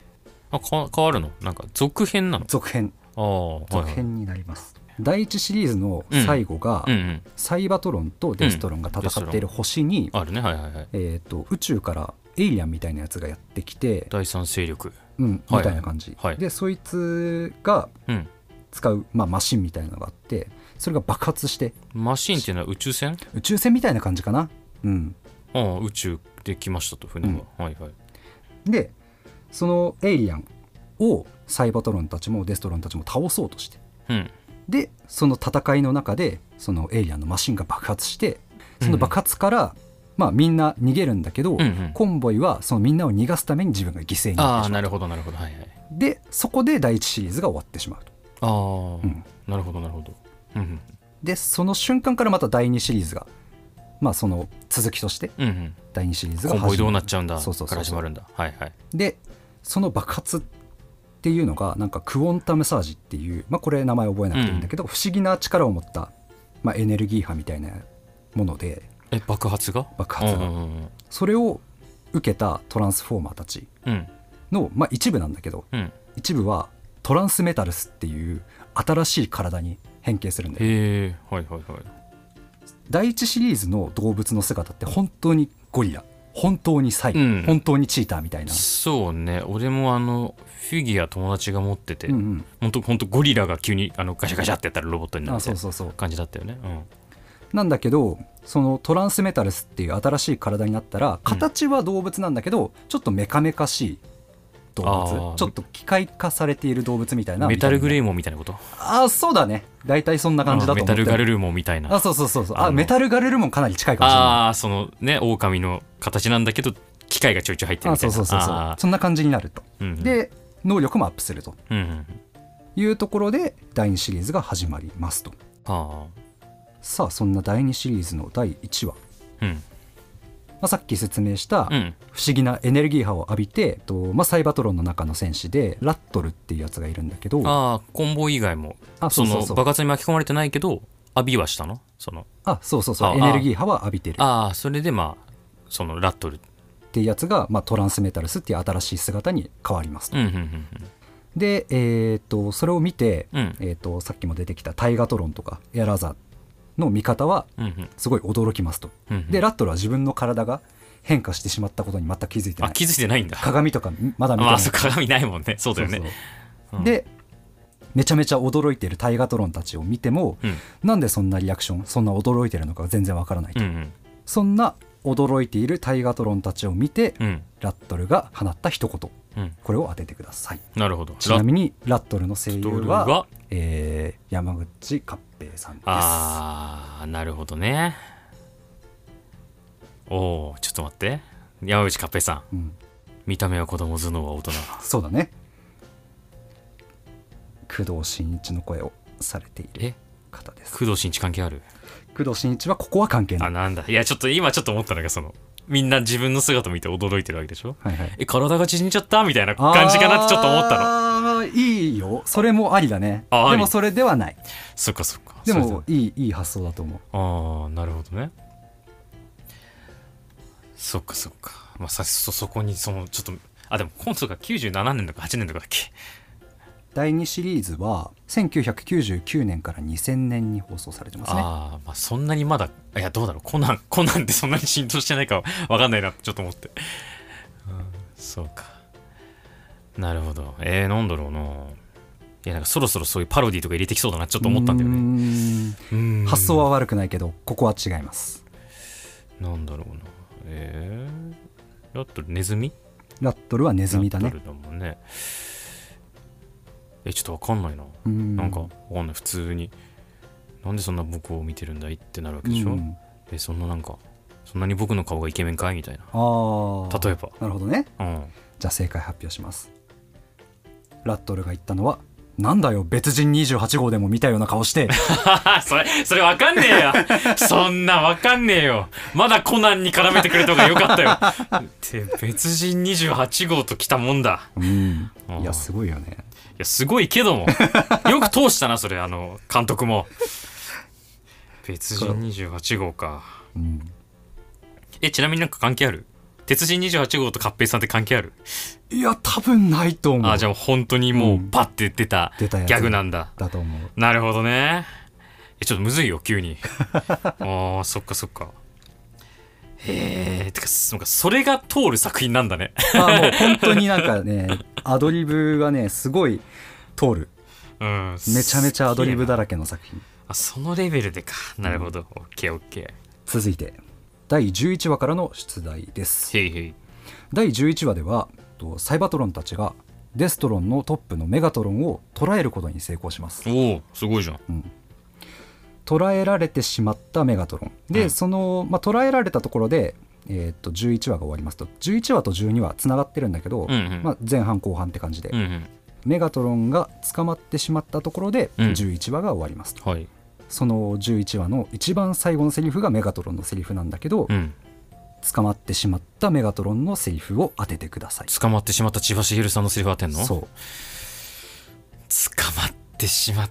Speaker 1: あか変わるのなんか続編なの
Speaker 3: 続編
Speaker 1: ああはい
Speaker 3: 続
Speaker 1: はい
Speaker 3: 編になります、第1シリーズの最後が、
Speaker 1: うんうん
Speaker 3: サイバトロンとデストロンが戦っている星に、
Speaker 1: あるねはいはいはい
Speaker 3: えー、と宇宙からエイリアンみたいなやつがやってきて、
Speaker 1: 第三勢力
Speaker 3: うん、
Speaker 1: はい
Speaker 3: みたいな感じ、
Speaker 1: はい
Speaker 3: でそいつが
Speaker 1: うん
Speaker 3: 使う、まあ、マシンみたいなのがあってそれが爆発して
Speaker 1: マシンっていうのは宇宙船
Speaker 3: 宇宙船みたいな感じかな、うん、
Speaker 1: ああ宇宙で来ましたと船が、はいはい
Speaker 3: でそのエイリアンをサイバトロンたちもデストロンたちも倒そうとして
Speaker 1: うん
Speaker 3: でその戦いの中でそのエイリアンのマシンが爆発してその爆発から、まあ、みんな逃げるんだけど、
Speaker 1: んうん
Speaker 3: コンボイはそのみんなを逃がすために自分が犠牲になっ
Speaker 1: あ
Speaker 3: て
Speaker 1: あ
Speaker 3: しま
Speaker 1: な
Speaker 3: う
Speaker 1: るほどなるほどはいはい
Speaker 3: でそこで第一シリーズが終わってしまうと
Speaker 1: ああ、
Speaker 3: ん
Speaker 1: なるほどなるほどうん
Speaker 3: でその瞬間からまた第2シリーズがまあその続きとして
Speaker 1: うんうん
Speaker 3: 第2シリーズ
Speaker 1: うんコ
Speaker 3: が
Speaker 1: ンボイ
Speaker 3: 始
Speaker 1: どう
Speaker 3: ま
Speaker 1: な
Speaker 3: る
Speaker 1: っちゃうんだ
Speaker 3: そうそう
Speaker 1: か
Speaker 3: そうそう
Speaker 1: ら始まるんだはいはい
Speaker 3: でその爆発っていうのがなんかクオンタムサージっていう、まあ、これ名前覚えなくていいんだけど、不思議な力を持った、まあ、エネルギー波みたいなもので
Speaker 1: え爆発が
Speaker 3: 爆発が
Speaker 1: うんうんうん
Speaker 3: それを受けたトランスフォーマーたち
Speaker 1: うん
Speaker 3: の、まあ、一部なんだけど
Speaker 1: うん
Speaker 3: 一部はトランスメタルスっていう新しい体に変形するんだよ
Speaker 1: へえはいはいはい
Speaker 3: 第一シリーズの動物の姿って本当にゴリラ本当にサイ、
Speaker 1: うん
Speaker 3: 本当にチーターみたいな、
Speaker 1: そうね俺もあのフィギュア友達が持ってて、
Speaker 3: うんうん
Speaker 1: ほんとほんとゴリラが急にあのガシャガシャってやったらロボットになる
Speaker 3: あ
Speaker 1: みた
Speaker 3: そ
Speaker 1: いうな
Speaker 3: そうそう
Speaker 1: 感じだったよねうん
Speaker 3: なんだけどそのトランスメタルスっていう新しい体になったら形は動物なんだけど、ちょっとメカメカしい動
Speaker 1: あー
Speaker 3: 物ちょっと機械化されている動物みたいな
Speaker 1: メタルグレ
Speaker 3: ー
Speaker 1: イモンみたいなこと
Speaker 3: あーそうだね大体そんな感じだと
Speaker 1: メ
Speaker 3: 思
Speaker 1: タ
Speaker 3: って
Speaker 1: ルガル
Speaker 3: ル
Speaker 1: ルモンみたいな
Speaker 3: あそうそうそうそう
Speaker 1: あ
Speaker 3: あ
Speaker 1: の
Speaker 3: メタルガレルもかなり近いかもしれない
Speaker 1: ああそのね狼の形なんだけど機械がちょいちょい入ってる
Speaker 3: あ
Speaker 1: みたい
Speaker 3: そ
Speaker 1: うな
Speaker 3: そうそうそう
Speaker 1: あー
Speaker 3: そんな感じになると、
Speaker 1: うんうん
Speaker 3: で能力もアップすると
Speaker 1: うんうん
Speaker 3: いうところで第2シリーズが始まりますと
Speaker 1: は
Speaker 3: さあそんな第2シリーズの第1話、ま
Speaker 1: あうん
Speaker 3: あ、さっき説明した
Speaker 1: うん
Speaker 3: 不思議なエネルギー波を浴びて、とまあ、サイバトロンの中の戦士でラットルっていうやつがいるんだけど
Speaker 1: ああコンボ以外も
Speaker 3: あ
Speaker 1: そ
Speaker 3: そう
Speaker 1: の
Speaker 3: そうそう
Speaker 1: 爆発に巻き込まれてないけど浴びはしたのその
Speaker 3: あそうそうそ
Speaker 1: あ
Speaker 3: うエネルギー波は浴びてる
Speaker 1: ああそれでまあそのラットル
Speaker 3: っていうやつが、まあ、トランスメタルスっていう新しい姿に変わりますと、
Speaker 1: うんうんうん
Speaker 3: で、えー、とそれを見て、
Speaker 1: うん
Speaker 3: えー、とさっきも出てきたタイガトロンとかエラザの見方は
Speaker 1: うんうん
Speaker 3: すごい驚きますと、
Speaker 1: うんうん
Speaker 3: でラットルは自分の体が変化してしまったことに全く気づいてな
Speaker 1: あ
Speaker 3: い
Speaker 1: 気づいてないんだ
Speaker 3: 鏡とかまだ見
Speaker 1: ま
Speaker 3: てない
Speaker 1: あそう鏡ないもんねそうだよね
Speaker 3: そうそう
Speaker 1: うん
Speaker 3: でめちゃめちゃ驚いてるタイガトロンたちを見ても、
Speaker 1: うん
Speaker 3: なんでそんなリアクションそんな驚いてるのか全然わからない
Speaker 1: う
Speaker 3: と、
Speaker 1: ん
Speaker 3: そんな驚いているタイガトロンたちを見て、
Speaker 1: うんうん
Speaker 3: ラットルが放った一言
Speaker 1: うん
Speaker 3: これを当ててください
Speaker 1: なるほど
Speaker 3: ちな
Speaker 1: ラッ
Speaker 3: みにラットルの声優
Speaker 1: トル
Speaker 3: は
Speaker 1: が
Speaker 3: えー山口勝平さんです
Speaker 1: ああなるほどねおおちょっと待って山口勝平さん
Speaker 3: うん、
Speaker 1: 見た目は子供頭脳は大人
Speaker 3: そうだね工藤新一の声をされている
Speaker 1: え
Speaker 3: 方です
Speaker 1: 工藤新一関係ある
Speaker 3: 工藤新一はここは関係な
Speaker 1: あ
Speaker 3: い、
Speaker 1: なんだいやちょっと今ちょっと思ったのがそのみんな自分の姿見て驚いてるわけでしょ
Speaker 3: はいはい、
Speaker 1: え体が縮んじゃったみたいな感じかなってちょっと思ったの
Speaker 3: のあーいいよそれもありだね
Speaker 1: ああり
Speaker 3: でもそれではない
Speaker 1: そっかそっか
Speaker 3: で
Speaker 1: それ
Speaker 3: もいいいい発想だと思う
Speaker 1: ああなるほどねそっかそっかまあさそそこにそのちょっとあでも今度が97年とか8年とかだっけ
Speaker 3: 第2シリーズは1999年から2000年に放送されてますね
Speaker 1: ああまあそんなにまだいやどうだろうコナン (laughs) コナンってそんなに浸透してないか (laughs) わかんないなってちょっと思って、うんそうかなるほどえー、なんだろうないやなんかそろそろそういうパロディとか入れてきそうだなちょっと思ったんだよね
Speaker 3: ね
Speaker 1: うん
Speaker 3: 発想は悪くないけどここは違います
Speaker 1: なんだろうなえー、やっとネズミ
Speaker 3: ラットルはネズミだ
Speaker 1: ラ
Speaker 3: ね
Speaker 1: ットルだもんねえちょっとわかんないな、
Speaker 3: うん
Speaker 1: なんかわかんない普通になんでそんな僕を見てるんだいってなるわけでしょ、
Speaker 3: うん
Speaker 1: えそんななんかそんなに僕の顔がイケメンかいみたいな
Speaker 3: ああ
Speaker 1: 例えば
Speaker 3: なるほどね
Speaker 1: うん
Speaker 3: じゃあ正解発表しますラットルが言ったのはなんだよ別人28号でも見たような顔して
Speaker 1: (laughs) (laughs) それそれわかんねえよ (laughs) そんなわかんねえよまだコナンに絡めてくれた方がよかった (laughs) よって別人28号と来たもんだ
Speaker 3: うん
Speaker 1: あー
Speaker 3: いやすごいよね
Speaker 1: いやすごいけど (laughs) もよく通したなそれあの監督も別人28号か
Speaker 3: うん
Speaker 1: えちなみになんか関係ある鉄人28号と合併さんって関係ある
Speaker 3: いや多分ないと思う
Speaker 1: あじゃあ本当にもう
Speaker 3: うん
Speaker 1: パッて出たギ
Speaker 3: 出たやつ
Speaker 1: ャグなんだ、
Speaker 3: だと思う
Speaker 1: なるほどねえちょっとむずいよ急
Speaker 3: (laughs)
Speaker 1: にあーそっかそっかへえてかそなんかそれが通る作品なんだね (laughs)
Speaker 3: あもう本当になんかねアドリブがねすごい通る
Speaker 1: うん
Speaker 3: めちゃめちゃアドリブだ
Speaker 1: ら
Speaker 3: らけの作品
Speaker 1: あそのレベルでかなるほど、オッケーオッケ
Speaker 3: 続いて第11話からの出題です
Speaker 1: ーへいへい
Speaker 3: 第11話ではとサイバトロンたちがデストロンのトップのメガトロンを捉えることに成功します
Speaker 1: おおすごいじゃん
Speaker 3: 捉えられてしまったメガトロンで、
Speaker 1: うん
Speaker 3: その、まあ、捉えられたところで、えーっと11話が終わりますと11話と12話つながってるんだけど、
Speaker 1: うんうん
Speaker 3: まあ、前半後半って感じで、
Speaker 1: うんうん
Speaker 3: メガトロンが捕まってしまったところで、
Speaker 1: うん
Speaker 3: 11話が終わりますと
Speaker 1: はい
Speaker 3: その11話の一番最後のセリフがメガトロンのセリフなんだけど、
Speaker 1: うん
Speaker 3: 捕まってしまったメガトロンのセリフを当ててください
Speaker 1: 捕まってしまった千葉茂さんのセリフ当てんの
Speaker 3: そう
Speaker 1: 捕まってしまっ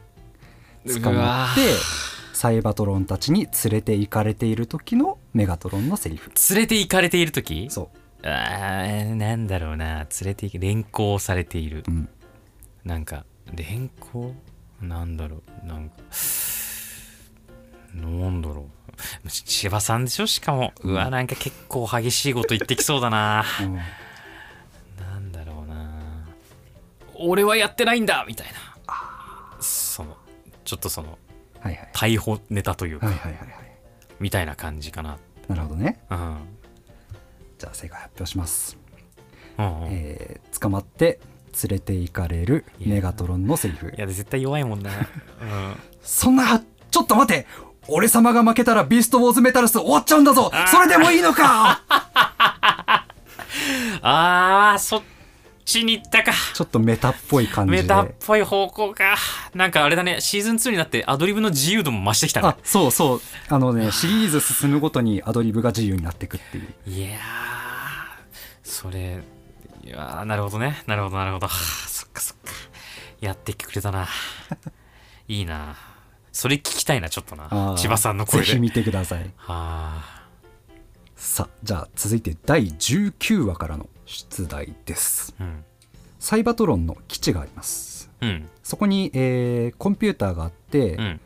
Speaker 3: 捕
Speaker 1: う
Speaker 3: ま
Speaker 1: わ
Speaker 3: って
Speaker 1: ー
Speaker 3: サイバトロンたちに連れて行かれている時のメガトロンのセリフ
Speaker 1: 連れて行かれている時
Speaker 3: そ
Speaker 1: あーなんだろうな連れて行く連行されている
Speaker 3: う、うん、
Speaker 1: なんか連行なんだろうなんかなんだろうち千葉さんでしょしかもうわなんか結構激しいこと言ってきそうだ (laughs) な
Speaker 3: うん
Speaker 1: なんだろうな俺はやってないんだみたいなそのちょっとその
Speaker 3: はいはい
Speaker 1: 逮捕ネタというか、
Speaker 3: はいはいはいはい
Speaker 1: みたいな感じかな
Speaker 3: なるほどね
Speaker 1: うん
Speaker 3: じゃあ正解発表します、
Speaker 1: うんうんい
Speaker 3: えー捕まって連れて行かれるメガトロンのセリフ
Speaker 1: や絶対弱いもん (laughs) な、うん
Speaker 3: そんなちょっと待て俺様が負けたらビーストウォーズメタルス終わっちゃうんだぞそれでもいいのか
Speaker 1: あーそっちに行ったか
Speaker 3: ちょっとメタっぽい感じで
Speaker 1: メタっぽい方向かなんかあれだねシーズン2になってアドリブの自由度も増してきたね
Speaker 3: あそうそうあのねシリーズ進むごとにアドリブが自由になっていくっていう
Speaker 1: いやーそれいやーなるほどねなるほどなるほどは (laughs) あそっかそっかやってきてくれた
Speaker 3: (laughs)
Speaker 1: ないいなそれ聞きたいなちょっとな
Speaker 3: あー
Speaker 1: 千葉さんの声で
Speaker 3: ぜひ見てください
Speaker 1: はあ
Speaker 3: さあじゃあ続いて第19話からの出題です
Speaker 1: うん
Speaker 3: サイバトロンの基地があります
Speaker 1: うん
Speaker 3: そこに、えーコンピューターがあって、
Speaker 1: うん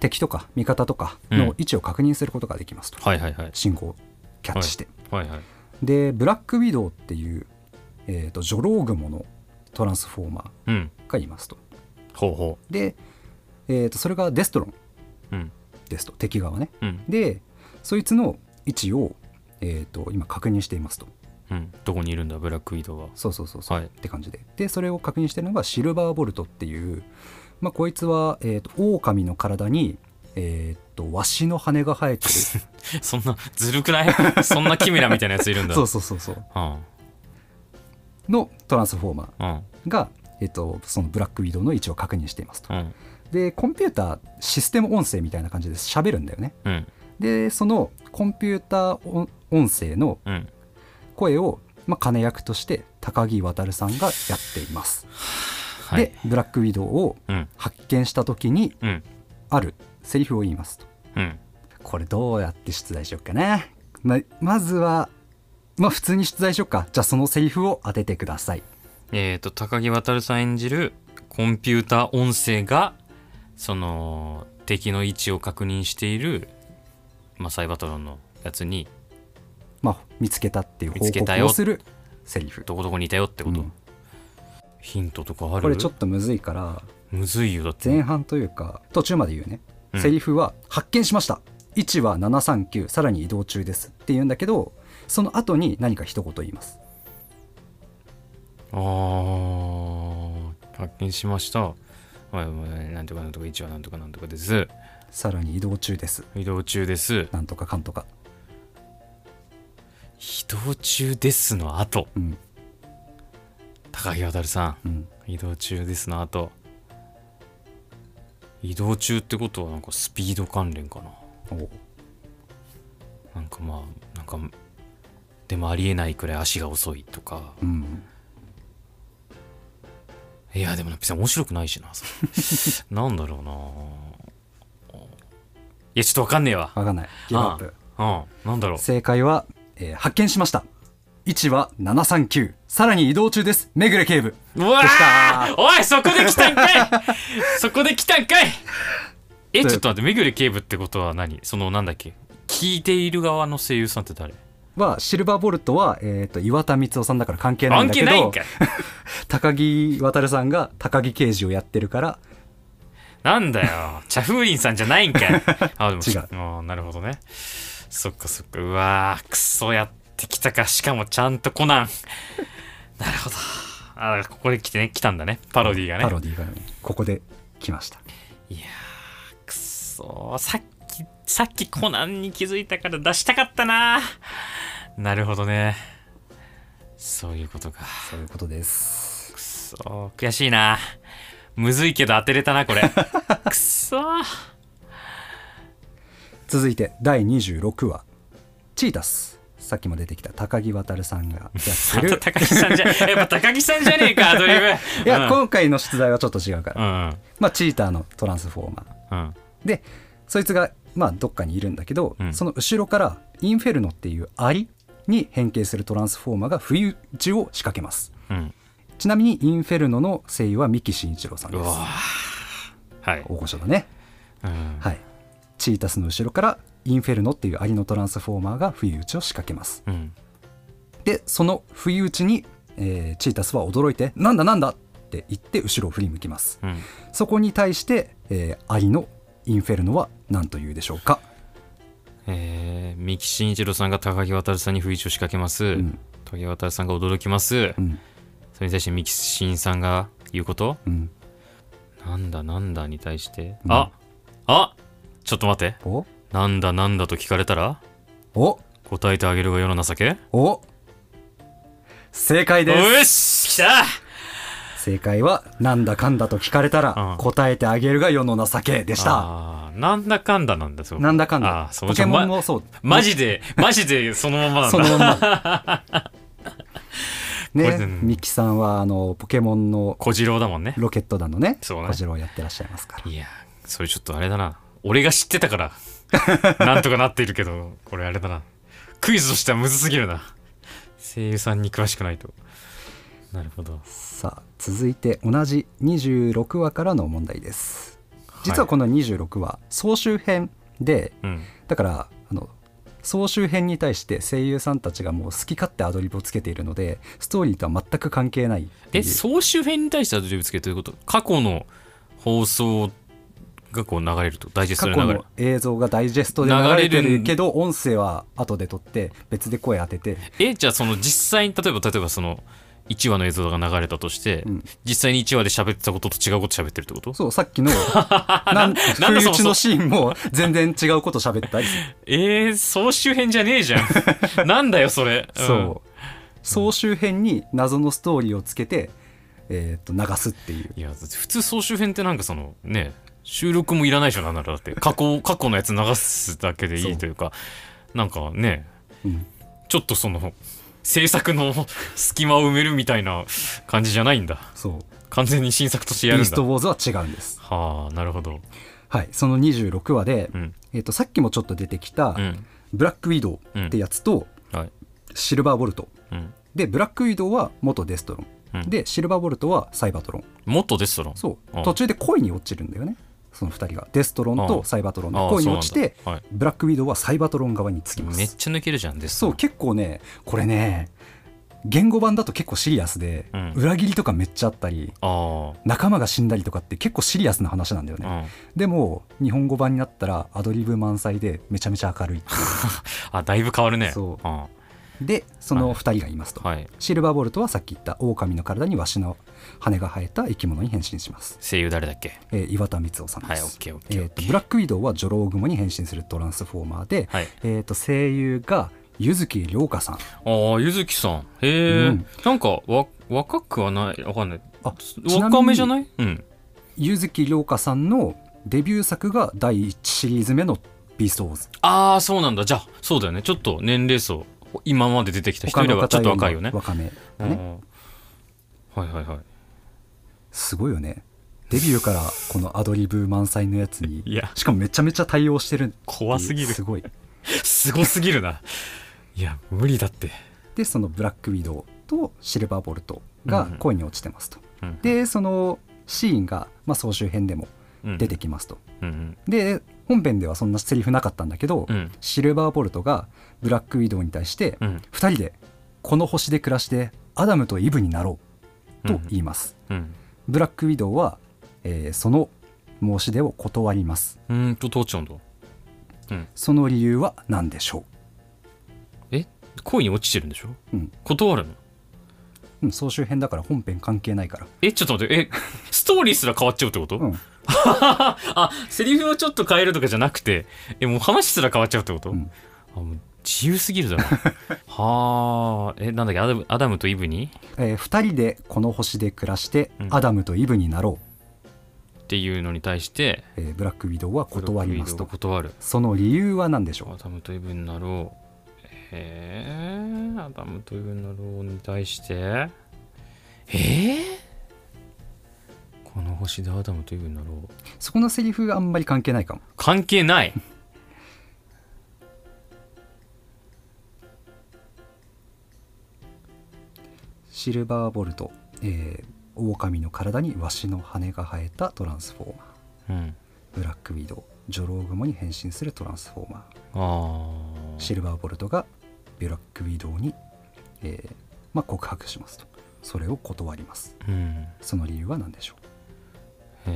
Speaker 3: 敵とか味方とかの位置を確認することができますと、
Speaker 1: はいはいはい
Speaker 3: 信号をキャッチして、
Speaker 1: はいはい
Speaker 3: でブラックウィドウっていう、えー、とジョロウグモのトランスフォーマ
Speaker 1: うん
Speaker 3: ーがいますと
Speaker 1: ほうほ
Speaker 3: で、えー、とそれがデストロン
Speaker 1: ううん
Speaker 3: ですと敵側ね
Speaker 1: うん
Speaker 3: でそいつの位置を、えー、と今確認していますと
Speaker 1: うんどこにいるんだブラックウィドウは
Speaker 3: そうそうそうそう、
Speaker 1: はい
Speaker 3: って感じででそれを確認してるのがシルバーボルトっていう、まあ、こいつは、えー、と狼の体にえー、とワシの羽が生えてる
Speaker 1: そんなずるくない (laughs) そんなキメラみたい (laughs) なやついるんだ
Speaker 3: (laughs) そうそうそうそう
Speaker 1: うん
Speaker 3: のトランスフォーマ
Speaker 1: うん
Speaker 3: ーが、えー、とそのブラックウィドウの位置を確認していますと
Speaker 1: うん
Speaker 3: でコンピューターシステム音声みたいな感じで喋るんだよね
Speaker 1: うん
Speaker 3: でそのコンピューター音音声の
Speaker 1: うん
Speaker 3: 声を、まあ、金役として高木渉さんがやっています、
Speaker 1: はい
Speaker 3: でブラックウィドウを
Speaker 1: うん
Speaker 3: 発見した時に
Speaker 1: うん
Speaker 3: あるセリフを言いますと
Speaker 1: うん
Speaker 3: これどうやって出題しようかなままずはまあ普通に出題しようかじゃあそのセリフを当ててください
Speaker 1: えー、と高木渉さん演じるコンピューター音声がその敵の位置を確認している、まあ、サイバトロンのやつに
Speaker 3: まあ見つけたっていう報
Speaker 1: 見つけた
Speaker 3: 告
Speaker 1: よ
Speaker 3: をするセリフ
Speaker 1: どこどこにいたよってこと、
Speaker 3: うん
Speaker 1: ヒントとかある
Speaker 3: これちょっとむずいから
Speaker 1: むずいよだって
Speaker 3: 前半というか途中まで言うね、
Speaker 1: うん
Speaker 3: セリフは「発見しました」「位置は739さらに移動中です」って言うんだけどその後に何か一言言います
Speaker 1: あー発見しましたはいはいなんとかなんとか位置はなんとかなんとかです
Speaker 3: さらに移動中です
Speaker 1: 移動中です
Speaker 3: なんとかかんとか
Speaker 1: 移動中ですの後
Speaker 3: うん
Speaker 1: 高木渉さん
Speaker 3: うん
Speaker 1: 移動中ですなあと移動中ってことはなんかスピード関連かな
Speaker 3: おう
Speaker 1: なんかまあなんかでもありえないくらい足が遅いとか
Speaker 3: うん
Speaker 1: いやでも別に面白くないしなそ
Speaker 3: (laughs)
Speaker 1: れなんだろうないやちょっとわかんねえわ
Speaker 3: 分かんないギブアップ
Speaker 1: うんなんだろう
Speaker 3: 正解は、えー発見しました位置は739さらに移動中ですめぐれ警部
Speaker 1: うわ
Speaker 3: でした
Speaker 1: ーおいそこで来たんかい (laughs) そこで来たんかいえ
Speaker 3: で
Speaker 1: ちょっと待ってめぐれ警部ってことは何そのなんだっけ聞いている側の声優さんって誰
Speaker 3: はシルバーボルトは、えー、と岩田光夫さんだから関係ないん
Speaker 1: 関
Speaker 3: だけ
Speaker 1: 係ないん
Speaker 3: ど
Speaker 1: かい
Speaker 3: 高木渉さんが高木刑事をやってるから
Speaker 1: なんだよ。茶風林さんじゃないんか (laughs) い。あ、でも
Speaker 3: 違う
Speaker 1: あーなるほどね。そっかそっか。うわー、くそやってきたか。しかもちゃんとコナン。なるほど。あーここで来てね、来たんだね。パロディがね。
Speaker 3: パロディが、ね、ここで来ました
Speaker 1: いやー、くそー。さっき、さっきコナンに気づいたから出したかったな。なるほどね。そういうことか。
Speaker 3: ということです
Speaker 1: くそー悔しいなむずいけど当てれたなこ (laughs) れくそー
Speaker 3: 続いて第26話「チータス」さっきも出てきた高木渉さんがやって
Speaker 1: ま
Speaker 3: る
Speaker 1: た高木 (laughs) さん
Speaker 3: (laughs)
Speaker 1: じゃ、やっぱ高木さんじゃねえか、アドリブ。
Speaker 3: いや、
Speaker 1: うん、
Speaker 3: 今回の出題はちょっと違うか
Speaker 1: う
Speaker 3: ら、
Speaker 1: ん、
Speaker 3: まあ、チーターのトランスフォーマー
Speaker 1: うん、
Speaker 3: でそいつが、まあ、どっかにいるんだけど、
Speaker 1: うん
Speaker 3: その後ろからインフェルノっていうアリに変形するトランスフォーマーが不意打ちを仕掛けます
Speaker 1: うん。
Speaker 3: ちなみにインフェルノの声優は三木真一郎さん
Speaker 1: う
Speaker 3: です
Speaker 1: わーはい。
Speaker 3: 大御所だね
Speaker 1: うん、
Speaker 3: はい、チータスの後ろからインフェルノっていうアリのトランスフォーマーが不意打ちを仕掛けます
Speaker 1: うん、
Speaker 3: でその不意打ちに、えーチータスは驚いて「なんだなんだ!」って言って後ろを振り向きます
Speaker 1: うん。
Speaker 3: そこに対して、えーアリのインフェルノは何と言うでしょうか、
Speaker 1: えー、三木真一郎さんが高木渉さんに不意打ちを仕掛けます。
Speaker 3: ん
Speaker 1: 高木渉さんが驚きます。
Speaker 3: うん
Speaker 1: それに対して三木真さんが言うこと
Speaker 3: うん、
Speaker 1: なんだなんだに対して、
Speaker 3: うん
Speaker 1: ああちょっと待って。
Speaker 3: お
Speaker 1: なんだなんだと聞かれたら
Speaker 3: お
Speaker 1: 答えてあげるが世の情け
Speaker 3: お正解です
Speaker 1: よし来た
Speaker 3: 正解はなんだかんだと聞かれた
Speaker 1: う
Speaker 3: ら
Speaker 1: ん
Speaker 3: 答えてあげるが世の情けでした
Speaker 1: あーなんだかんだなんだそう
Speaker 3: なんだかん
Speaker 1: あ
Speaker 3: だ
Speaker 1: ーそう
Speaker 3: ポケモン
Speaker 1: じゃあ
Speaker 3: もそう
Speaker 1: まマジでマジでそのままなんだ
Speaker 3: そのまんま
Speaker 1: (laughs) こ
Speaker 3: ね
Speaker 1: れうん
Speaker 3: ミキさんはあのポケモンの
Speaker 1: 小次郎だもんね
Speaker 3: ロケット団のね
Speaker 1: そうね
Speaker 3: こちらをやってらっしゃいますから
Speaker 1: いやそれちょっとあれだな俺が知ってた
Speaker 3: (laughs)
Speaker 1: からなんとかなっているけどこれあれだなクイズとしてはむずすぎるな声優さんに詳しくないとなるほど
Speaker 3: さあ続いて同じ26話からの問題です実はこの26話、総集編で
Speaker 1: うん
Speaker 3: だからあの総集編に対して声優さんたちがもう好き勝手アドリブをつけているのでストーリーとは全く関係ないってい
Speaker 1: え
Speaker 3: う
Speaker 1: 総集編に対してアドリブつけるということ過去の放送がこう流れるとダイジェスト
Speaker 3: 過
Speaker 1: で
Speaker 3: 去
Speaker 1: 流れる
Speaker 3: の映像がダイジェストで流れてるけど音声は後で撮って別で声当てて
Speaker 1: えじゃあその実際に例えば例えばその1話の映像が流れたとして、
Speaker 3: ん
Speaker 1: 実際に1話で喋ってたことと違うこと喋ってるってこと
Speaker 3: そうさっ (laughs) きのな
Speaker 1: なん
Speaker 3: ん不
Speaker 1: だ
Speaker 3: 意
Speaker 1: そも
Speaker 3: 打ち
Speaker 1: そも
Speaker 3: のシーンも全然違うこと喋ったりする
Speaker 1: えー、総集編じゃねえじゃ
Speaker 3: (laughs)
Speaker 1: んなんだよそれ、ん
Speaker 3: そう総集編に謎のストーリーをつけて、えー、と流すっていう
Speaker 1: いや普通総集編ってなんかそのね収録もいらないでしょなんならだって過去過去のやつ流すだけでいいというかなんかね、
Speaker 3: うん
Speaker 1: ちょっとその制作の (laughs) 隙間を埋めるみたいな感じじゃないんだ
Speaker 3: そう
Speaker 1: 完全に新作として
Speaker 3: 「ビ
Speaker 1: やる
Speaker 3: ー
Speaker 1: ん
Speaker 3: ス
Speaker 1: だ
Speaker 3: ト・ウォーズ」は違うんです、
Speaker 1: はあなるほど
Speaker 3: はい、その26話で、
Speaker 1: うん
Speaker 3: えー、とさっきもちょっと出てきた、
Speaker 1: うん
Speaker 3: ブラック・ウィドウってやつと、
Speaker 1: はい
Speaker 3: シルバー・ボルト
Speaker 1: うん
Speaker 3: でブラック・ウィドウは元デストロン、
Speaker 1: うん
Speaker 3: でシルバー・ボルトはサイバトロン
Speaker 1: 元ですとろ
Speaker 3: そううん途中で恋に落ちるんだよねその2人がデストロン
Speaker 1: う
Speaker 3: と
Speaker 1: ん
Speaker 3: サイバトロンで
Speaker 1: あー
Speaker 3: 恋に落ちて、
Speaker 1: そうなんだはい
Speaker 3: ブラック・ウィドウはサイバトロン側につきます
Speaker 1: めっちゃ抜けるじゃんです
Speaker 3: そう結構ねこれね言語版だと結構シリアスで、
Speaker 1: うん
Speaker 3: 裏切りとかめっちゃあったり
Speaker 1: あ
Speaker 3: 仲間が死んだりとかって結構シリアスな話なんだよ
Speaker 1: あう
Speaker 3: ね、
Speaker 1: ん
Speaker 3: でも日本語版になったらアドリブ満載でめちゃめちゃ明るいってい
Speaker 1: あだいぶ変わるね
Speaker 3: そうんうでその2人がいますと、
Speaker 1: はい
Speaker 3: シルバーボルトはさっき言った狼の体にワシの羽が生えた生き物に変身します、
Speaker 1: 声優誰だっけ
Speaker 3: えー岩田光雄さんです、
Speaker 1: はいオッケーオッケ
Speaker 3: え
Speaker 1: ー
Speaker 3: ーとブラックウィドウはジョロウグモに変身するトランスフォーマーで、
Speaker 1: はい
Speaker 3: えーと声優が柚木涼香さん
Speaker 1: ああ、ゆずきさん。へえ、
Speaker 3: うん
Speaker 1: なんか、わ、若くはない。わかんない。
Speaker 3: あ
Speaker 1: 若めじゃないうん。
Speaker 3: 柚木涼香さんのデビュー作が第1シリーズ目の「ビーストウォーズ
Speaker 1: ああ、そうなんだ。じゃあ、そうだよね。ちょっと年齢層、今まで出てき」た人よりはちょっと若いよね。
Speaker 3: 若めだね、
Speaker 1: うんはいはいはい。
Speaker 3: すごいよねデビューからこのアドリブ満載のやつに
Speaker 1: いや
Speaker 3: しかもめちゃめちゃ対応してるっていう
Speaker 1: 怖すぎる
Speaker 3: すごい
Speaker 1: すごすぎるな。いや、無理だって。
Speaker 3: でそのブラックウィドウとシルバーボルトが
Speaker 1: うんうん
Speaker 3: 恋に落ちてますと、
Speaker 1: うん
Speaker 3: でそのシーンが、まあ、総集編でも出てきますと、
Speaker 1: うん
Speaker 3: で本編ではそんなセリフなかったんだけど、
Speaker 1: うん
Speaker 3: シルバーボルトがブラックウィドウに対して
Speaker 1: うん
Speaker 3: 2人でこの星で暮らしてアダムとイブになろうと言います、
Speaker 1: うん。
Speaker 3: ブラックウィドウは、えーその申し出を断ります
Speaker 1: うん。うんと、通っちゃうんだ。うん。
Speaker 3: その理由は何でしょ
Speaker 1: え恋に落ちてるんでしょ
Speaker 3: う、うん
Speaker 1: 断るの
Speaker 3: うん、総集編だから本編関係ないから、
Speaker 1: え、ちょっと待って、え、ストーリーすら変わっちゃうってこと、
Speaker 3: うん
Speaker 1: (laughs) あ、セリフをちょっと変えるとかじゃなくて、え、もう話すら変わっちゃうってこと、
Speaker 3: うん
Speaker 1: あもう自由すぎるだろ。 (laughs) はあ、え、なんだっけ、アダムアダムとイブに
Speaker 3: え2人でこの星で暮らして
Speaker 1: うん
Speaker 3: アダムとイブになろ
Speaker 1: っていうのに対して、
Speaker 3: う、えーブラックウィドウは断りますと
Speaker 1: ブラックウィドウが断る。
Speaker 3: その理由は何でしょ
Speaker 1: アダムとイブになろう。へえ、アダムとイブになろうに対して、えー、この星でアダムとイブになろう。
Speaker 3: うそこのセリフがあんまり関係ないかも
Speaker 1: 関係ない。
Speaker 3: シルバーボルト、えー、狼の体にワシの羽が生えたトランスフォーマ
Speaker 1: うん。
Speaker 3: ーブラックウィドウジョロウグモに変身するトランスフォーマ
Speaker 1: ああ
Speaker 3: ー。シルバーボルトがブラックウィドウに、えーまあ、告白しますとそれを断ります
Speaker 1: うん。
Speaker 3: その理由は何でしょう
Speaker 1: へ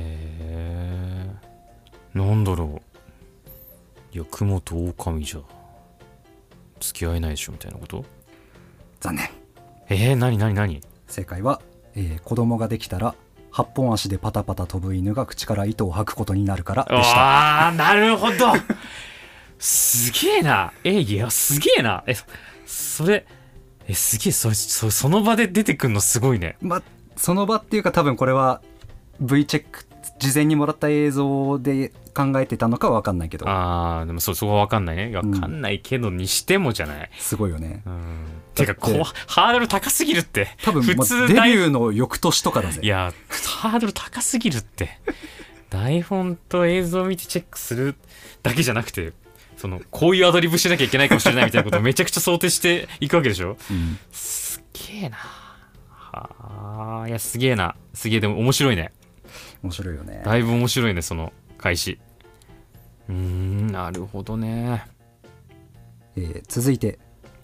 Speaker 1: えなんだろういや雲と狼じゃ付き合えないでしょみたいなこと
Speaker 3: 残念
Speaker 1: えー、何何何
Speaker 3: 正解は、えー子供ができたら8本足でパタパタ飛ぶ犬が口から糸を吐くことになるからでした
Speaker 1: ああなるほどすげえなえいやすげえなえそそれえすげえそそその場で出てくんのすごいね
Speaker 3: まあその場っていうか多分これは V チェック事前にもらった映像で考えてたのかは分かんないけど
Speaker 1: あーでもそうそこは分かんないね分かんないけどにしてもじゃない、
Speaker 3: すごいよね
Speaker 1: うん、てか
Speaker 3: だ
Speaker 1: こ
Speaker 3: っ
Speaker 1: う
Speaker 3: て
Speaker 1: ハードル高すぎるって
Speaker 3: 多分、
Speaker 1: 普
Speaker 3: まあ
Speaker 1: 通
Speaker 3: デビ
Speaker 1: 台
Speaker 3: ューの翌年とかだぜ
Speaker 1: いやハードル高すぎるって (laughs) 台本と映像を見てチェックするだけじゃなくてそのこういうアドリブしなきゃいけないかもしれないみたいなことをめちゃくちゃ想定していくわけでしょ
Speaker 3: うん
Speaker 1: すっげえなはあいやすげえなすげえでも面白いね
Speaker 3: 面白いよね
Speaker 1: だいぶ面白いねその開始うーんなるほどね
Speaker 3: えー続いて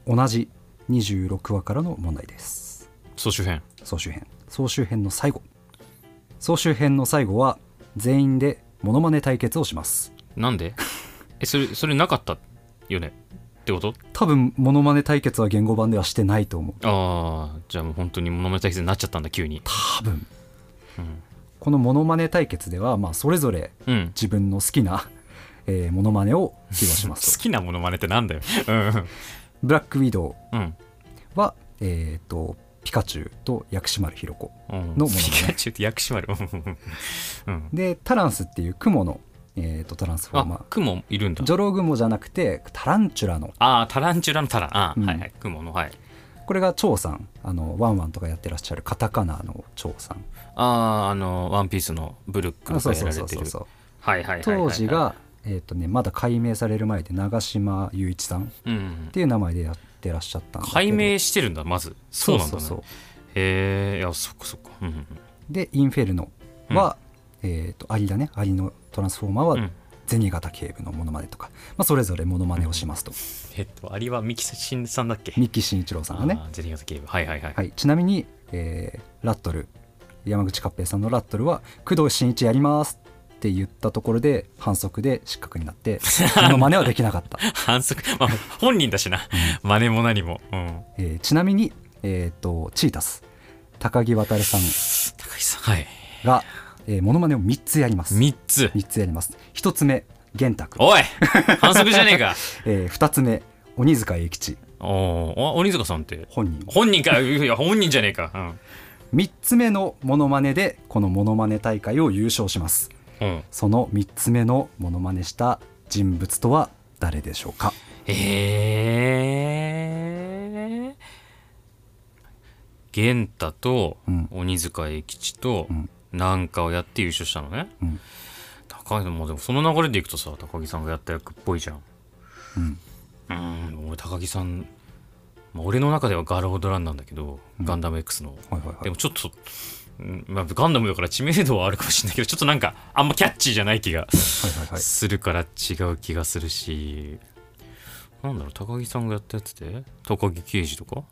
Speaker 3: 同じ26話からの問題です
Speaker 1: 総集編
Speaker 3: 総集編総集編の最後総集編の最後は全員でモノマネ対決をします
Speaker 1: なんで (laughs) えそれそれなかったよねってこと
Speaker 3: 多分モノマネ対決は言語版ではしてないと思う
Speaker 1: ああじゃあもう本当に物まね対決になっちゃったんだ急に
Speaker 3: 多分
Speaker 1: うん、
Speaker 3: このモノマネ対決では、まあ、それぞれ
Speaker 1: うん、
Speaker 3: 自分の好きな、えー、モノマネを披露します
Speaker 1: 好きなものまねってなんだよ。
Speaker 3: ブラックウィド
Speaker 1: うん。うん。
Speaker 3: ウは、えー、とピカチュウと薬師丸ひろ子
Speaker 1: うん
Speaker 3: のものまね
Speaker 1: ピ (laughs) カチュウって薬師丸。うんうん。
Speaker 3: でタランスっていう雲の、えー、とトランスフォーマ
Speaker 1: あ、クモいるんだ
Speaker 3: ー。ジョロウグモじゃなくてタランチュラの
Speaker 1: ああ、タランチュラのタラン。あー、
Speaker 3: うん
Speaker 1: はいはい。クモの、はい。
Speaker 3: これが蝶さんあのワンワンとかやってらっしゃるカタカナの蝶さん
Speaker 1: ああ、あの、ワンピースのブルック
Speaker 3: あ
Speaker 1: が
Speaker 3: そう
Speaker 1: や
Speaker 3: そ
Speaker 1: られ
Speaker 3: うそう
Speaker 1: て
Speaker 3: そ
Speaker 1: る
Speaker 3: う。そう
Speaker 1: はいはいはいはい。
Speaker 3: 当時。が、えーとね、まだ解明される前で長島雄一さんっ
Speaker 1: うん。
Speaker 3: ていう名前でやってらっしゃったんだけど
Speaker 1: 解明してるんだ、まず。そうなんだね
Speaker 3: そうそうそう。
Speaker 1: へえ、いや、そっかそっか。うんうん
Speaker 3: でインフェルノは、えっ、とアリだねアリのトランスフォーマ
Speaker 1: う
Speaker 3: ー
Speaker 1: ん。う
Speaker 3: は
Speaker 1: ん
Speaker 3: 銭形警部のモノマネとか、まあ、それぞれモノマネをしますと、
Speaker 1: えっと、アリはミキシンさんだっけ
Speaker 3: 三木慎一郎さんがね、
Speaker 1: あージェリーガタ警部。はいはいはい。
Speaker 3: はい、ちなみに、えーラットル山口勝平さんのラットルは工藤新一やりますって言ったところで反則で失格になって
Speaker 1: (laughs)
Speaker 3: モノマネはできなかった、
Speaker 1: 反則、まあ、本人だしな。真似も何も。うん。
Speaker 3: えーちなみに、えー、とチータス高木渉さん
Speaker 1: 高木さん。はい。
Speaker 3: が、えー、モノマネを3つやります
Speaker 1: 3つ。
Speaker 3: 3つやります1つ目玄太君、
Speaker 1: おい反則じゃねえか (laughs)
Speaker 3: え2つ目鬼塚英吉
Speaker 1: おーお鬼塚さんって
Speaker 3: 本人
Speaker 1: 本人かいや本人じゃねえか
Speaker 3: 3つ目のモノマネでこのモノマネ大会を優勝します
Speaker 1: うん、うん、
Speaker 3: その3つ目のモノマネした人物とは誰でしょうか
Speaker 1: ええー、玄太と
Speaker 3: うん
Speaker 1: 鬼塚英吉と
Speaker 3: うん
Speaker 1: なんかをやって優勝したのね、
Speaker 3: うん
Speaker 1: 高木さんもうでもその流れでいくとさ高木さんがやった役っぽいじゃん
Speaker 3: うん
Speaker 1: うーん俺高木さんまあ俺の中ではガロードランなんだけど、ガンダム X の
Speaker 3: はいはい
Speaker 1: で
Speaker 3: はい
Speaker 1: もちょっと、うんまあ、ガンダムだから知名度はあるかもしれないけど、ちょっとなんか、あんまキャッチーじゃない気が
Speaker 3: はいはいはい
Speaker 1: するから違う気がするし、なんだろう、高木さんがやったやつで高木刑事とか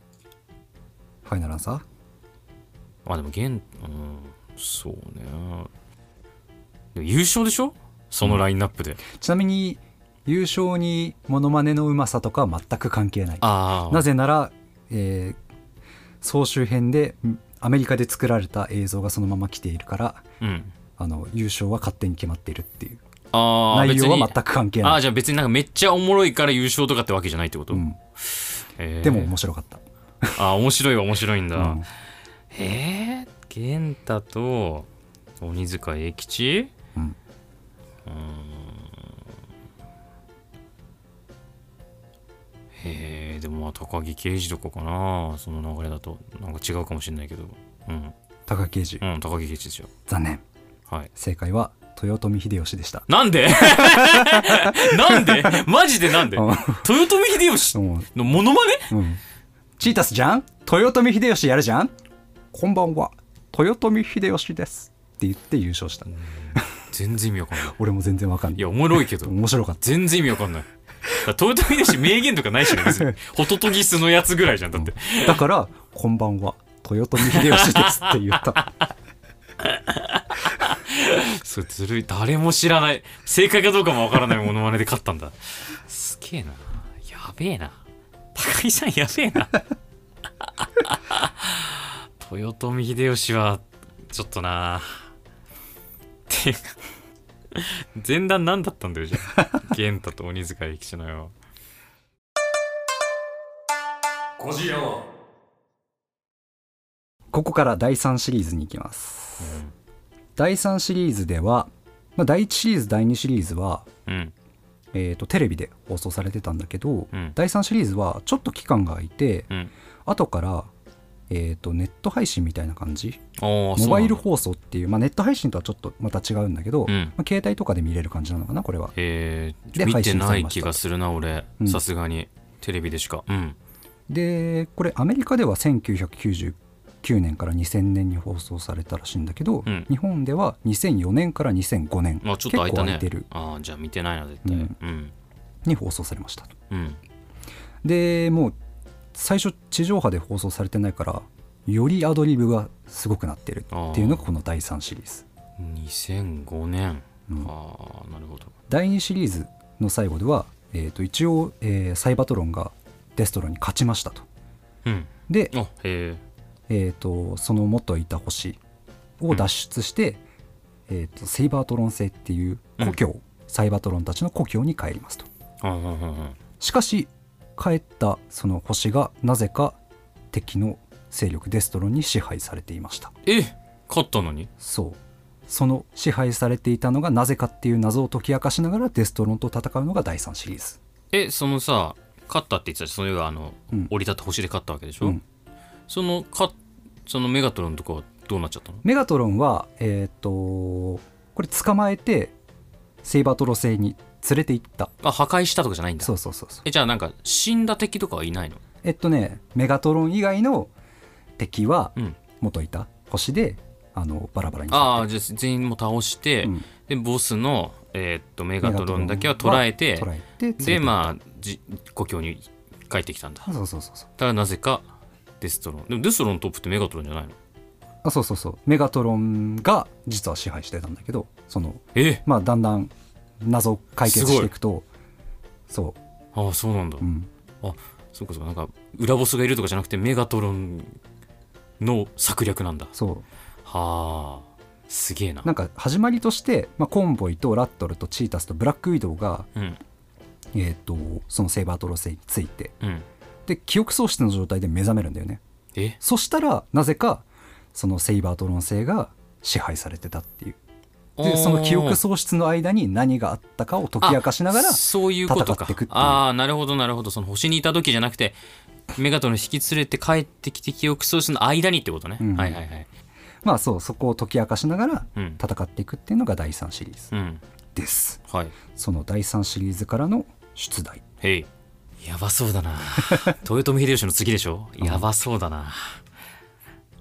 Speaker 3: ファイナルアンサー
Speaker 1: あ、でも、現、うん、そうね。でも優勝でしょそのラインナップで。
Speaker 3: ちなみに優勝にモノマネのうまさとかは全く関係ない
Speaker 1: ああ、
Speaker 3: なぜなら、えー総集編でんアメリカで作られた映像がそのまま来ているから
Speaker 1: うん。
Speaker 3: あの優勝は勝手に決まっているっていう
Speaker 1: ああ、
Speaker 3: 内容は全
Speaker 1: く。
Speaker 3: く関係
Speaker 1: あ
Speaker 3: な
Speaker 1: あ、
Speaker 3: い、
Speaker 1: じゃあ別になんかめっちゃおもろいから優勝とかってわけじゃないってこと、
Speaker 3: うん、
Speaker 1: えー
Speaker 3: でも面白かった、
Speaker 1: あー面白いは面白いんだ、
Speaker 3: うん
Speaker 1: えー、玄太と鬼塚英吉
Speaker 3: うん
Speaker 1: うーんへえでもまあ高木刑事とかかなその流れだとなんか違うかもしれないけどうん、
Speaker 3: 高木刑事
Speaker 1: うん、高木刑事ですよ
Speaker 3: 残念
Speaker 1: はい
Speaker 3: 正解は豊臣秀吉でした
Speaker 1: なんで (laughs) なんでマジでなんで
Speaker 3: うん
Speaker 1: 豊臣秀吉
Speaker 3: うん
Speaker 1: のモノマネ
Speaker 3: うんチータスじゃん豊臣秀吉やるじゃんこんばんは豊臣秀吉ですって言って優勝した
Speaker 1: 全然意味わかんない
Speaker 3: 俺も全然わかんない
Speaker 1: いやおもろいけど
Speaker 3: 面白かった
Speaker 1: 全然意味わかんない。だから豊臣秀吉名言とかないしね、
Speaker 3: (laughs)
Speaker 1: 別に。ホトトギスのやつぐらいじゃん、だって。
Speaker 3: だから「こんばんは豊臣秀吉です」って言った
Speaker 1: それずるい。誰も知らない。正解かどうかもわからないモノマネで勝ったんだ。すげえな。やべえな。高木さんやべえな。 (laughs) 豊臣秀吉は、ちょっとな。っていうか、前段何だったんだよ、じゃあ。玄太と鬼塚駅地のよ。こじやは
Speaker 3: ここから第3シリーズに行きます、第3シリーズでは、まあ、第1シリーズ第2シリーズは、
Speaker 1: うん
Speaker 3: えー、とテレビで放送されてたんだけど、
Speaker 1: うん
Speaker 3: 第3シリーズはちょっと期間が空いて、
Speaker 1: うん
Speaker 3: 後から、えー、とネット配信みたいな感じ
Speaker 1: おーそ
Speaker 3: モ
Speaker 1: うな
Speaker 3: バ
Speaker 1: ん
Speaker 3: イ
Speaker 1: だ
Speaker 3: ル放送っていう、まあ、ネット配信とはちょっとまた違うんだけど、
Speaker 1: うん
Speaker 3: まあ、携帯とかで見れる感じなのかなこれは
Speaker 1: えー
Speaker 3: で
Speaker 1: 見
Speaker 3: 配
Speaker 1: て
Speaker 3: 信されまし
Speaker 1: ない気
Speaker 3: た
Speaker 1: がするな俺
Speaker 3: うん
Speaker 1: さすがにテレビでしかうん
Speaker 3: でこれアメリカでは1999年から2000年に放送されたらしいんだけど、
Speaker 1: うん
Speaker 3: 日本では2004年から2005年
Speaker 1: まあちょっと空いたね
Speaker 3: 結構空いてる
Speaker 1: ああじゃあ見てないな絶対う
Speaker 3: うん
Speaker 1: ん
Speaker 3: に放送されましたと
Speaker 1: うん
Speaker 3: でもう最初地上波で放送されてないからよりアドリブがすごくなってるっていうのがこの第3シリーズ
Speaker 1: 2005年、
Speaker 3: うん
Speaker 1: ああなるほど
Speaker 3: 第2シリーズの最後では、えーと一応、えーサイバトロンがデストロンに勝ちましたと
Speaker 1: うん
Speaker 3: で
Speaker 1: あへえ
Speaker 3: えー、とその元いた星を脱出して、えー、とセイバートロン星っていう故郷、サイバートロンたちの故郷に帰りますと
Speaker 1: あああ
Speaker 3: しかし帰ったその星がなぜか敵の勢力デストロンに支配されていました
Speaker 1: え勝ったのに
Speaker 3: そうその支配されていたのがなぜかっていう謎を解き明かしながらデストロンと戦うのが第3シリー
Speaker 1: えそのさ勝ったって言ってたじゃんそれがあの、
Speaker 3: うん
Speaker 1: 降り立った星で勝ったわけでし
Speaker 3: ズ、
Speaker 1: ょ、
Speaker 3: うん
Speaker 1: そのかそのメガトロンとかはどうなっちゃったの
Speaker 3: メガトロンはえっ、とこれ捕まえてセイバートロン星に連れて行った
Speaker 1: あ破壊したとかじゃないんだ
Speaker 3: そうそうそうそう
Speaker 1: えじゃあなんか死んだ敵とかはいないの
Speaker 3: えっとねメガトロン以外の敵は
Speaker 1: うん
Speaker 3: 元いた星であのバラバラに
Speaker 1: あ
Speaker 3: さ
Speaker 1: あじゃあ全員も倒して、
Speaker 3: うん
Speaker 1: でボスの、えーっとメ
Speaker 3: れて
Speaker 1: ガトロンだけは捕らえて
Speaker 3: 捕らえて
Speaker 1: でまあじ故郷に帰ってきたんだ
Speaker 3: あそうそうそうそう
Speaker 1: ただなぜかデストロンでもデストロンのトップってメガトロンじゃないの
Speaker 3: あそうそうそうメガトロンが実は支配してたんだけどその
Speaker 1: え
Speaker 3: まあだんだん謎を解決していくとそ
Speaker 1: ああそうなんだ、
Speaker 3: ううん
Speaker 1: あそうかそうかなんか裏ボスがいるとかじゃなくてメガトロンの策略なんだ
Speaker 3: そう
Speaker 1: はあすげえな
Speaker 3: なんか始まりとして、まあ、コンボイとラットルとチータスとブラックウィドウが、
Speaker 1: うん
Speaker 3: えー、とそのセイバートロン星について
Speaker 1: うん
Speaker 3: で記憶喪失の状態で目覚めるんだよね
Speaker 1: え
Speaker 3: そしたらなぜかそのセイバートロン星が支配されてたっていうでその記憶喪失の間に何があったかを解き明かしながら
Speaker 1: あそういうこと
Speaker 3: 戦
Speaker 1: か
Speaker 3: ってくっていう
Speaker 1: ああなるほどなるほどその星にいた時じゃなくてメガトロン引き連れて帰ってきて記憶喪失の間にってことね、
Speaker 3: うん
Speaker 1: はいはいはい
Speaker 3: まあそうそこを解き明かしながら
Speaker 1: うん
Speaker 3: 戦っていくっていうのが第3シリーズ
Speaker 1: うん
Speaker 3: です
Speaker 1: はい
Speaker 3: その第3シリーズからの出題
Speaker 1: へいやばそう (laughs) だな豊臣秀吉の次でしょやばそうだな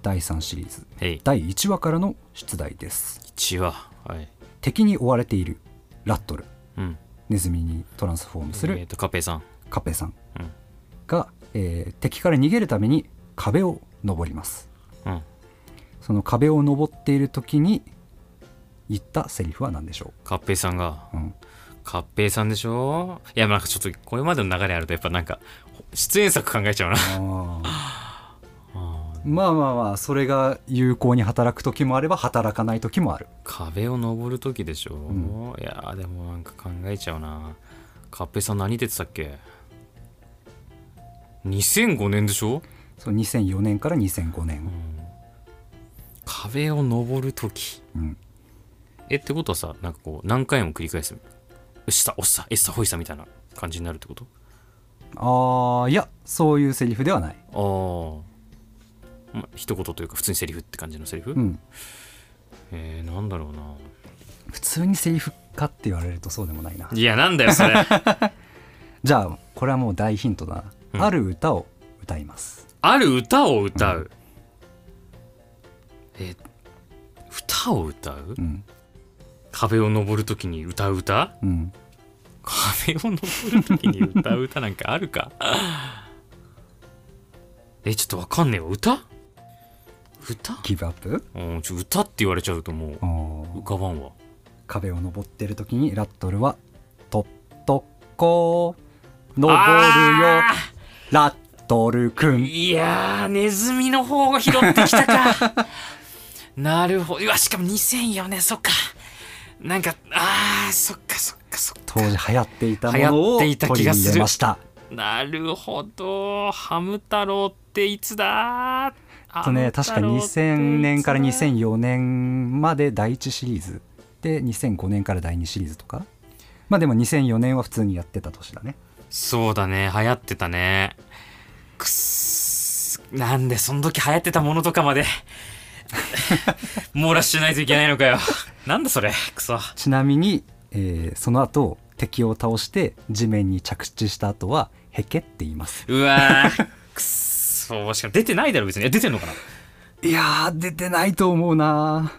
Speaker 3: 第3シリーズ
Speaker 1: へい
Speaker 3: 第1話からの出題です
Speaker 1: 1話はい
Speaker 3: 敵に追われているラットル
Speaker 1: うん
Speaker 3: ネズミにトランスフォームす
Speaker 1: え
Speaker 3: る
Speaker 1: ーとカペイさん
Speaker 3: カペさん
Speaker 1: うん
Speaker 3: が、えー敵から逃げるために壁を登ります
Speaker 1: うん
Speaker 3: その壁を登っている時に言ったセリフは何でしょ
Speaker 1: カペイさんが
Speaker 3: う、うん、
Speaker 1: カッペイさんでしょいやなんかちょっとこれまでの流れあるとやっぱなんか出演作考えちゃうな
Speaker 3: まあまあまあそれが有効に働く時もあれば働かない時もある
Speaker 1: 壁を登る時でしょ、いやーでもなんか考えちゃうなカッペイさん何出てたっけ2005年でしょ
Speaker 3: そう2004年から2005年、
Speaker 1: 壁を登る時
Speaker 3: うん、
Speaker 1: えってことはさなんかこう何回も繰り返すしたおっさエッサホイさみたいな感じになるってこと
Speaker 3: ああいやそういうセリフではない、
Speaker 1: ああ、ま、一言というか普通にセリフって感じのセリフ、
Speaker 3: うん、
Speaker 1: えー、なんだろうな
Speaker 3: 普通にセリフかって言われるとそうでもないない
Speaker 1: やなんだよそれ
Speaker 3: じゃあこれはもう大ヒントだな、
Speaker 1: うん
Speaker 3: ある歌を歌います
Speaker 1: (laughs) ある歌を歌う、え歌を歌う、
Speaker 3: うん
Speaker 1: 壁を登るときに歌う歌
Speaker 3: うん
Speaker 1: 壁を登るときに歌う歌なんかあるか (laughs) えちょっとわかんねえわ歌歌
Speaker 3: ギブアップ
Speaker 1: うんちょ歌って言われちゃうとも
Speaker 3: あ
Speaker 1: う浮
Speaker 3: ー
Speaker 1: かばんわ
Speaker 3: 壁を登ってる時にラットルは「とっとっこー登る
Speaker 1: あ
Speaker 3: よラットルく
Speaker 1: ー
Speaker 3: ん
Speaker 1: いやーネズミの方が拾ってきたか (laughs) なるほどうわしかも2004年そっかなんかあーそっかそっかそっか
Speaker 3: 当時流行っていたものを
Speaker 1: 流行っていた
Speaker 3: 取
Speaker 1: 気
Speaker 3: り
Speaker 1: がする
Speaker 3: 入れました
Speaker 1: なるほどハム太郎っていつだ
Speaker 3: とね確か2000年から2004年まで第1シリーズで2005年から第2シリーズとかまあでも2004年は普通にやってた年だね
Speaker 1: そうだね流行ってたねくっすなんでその時流行ってたものとかまで網羅しないといけないのかよなんだそれクソ
Speaker 3: ちなみに、えーその後敵を倒して地面に着地した後はヘケって言います
Speaker 1: うわーくっそしかも出てないだろ別にえ出てんのかない
Speaker 3: やー出てないと思うな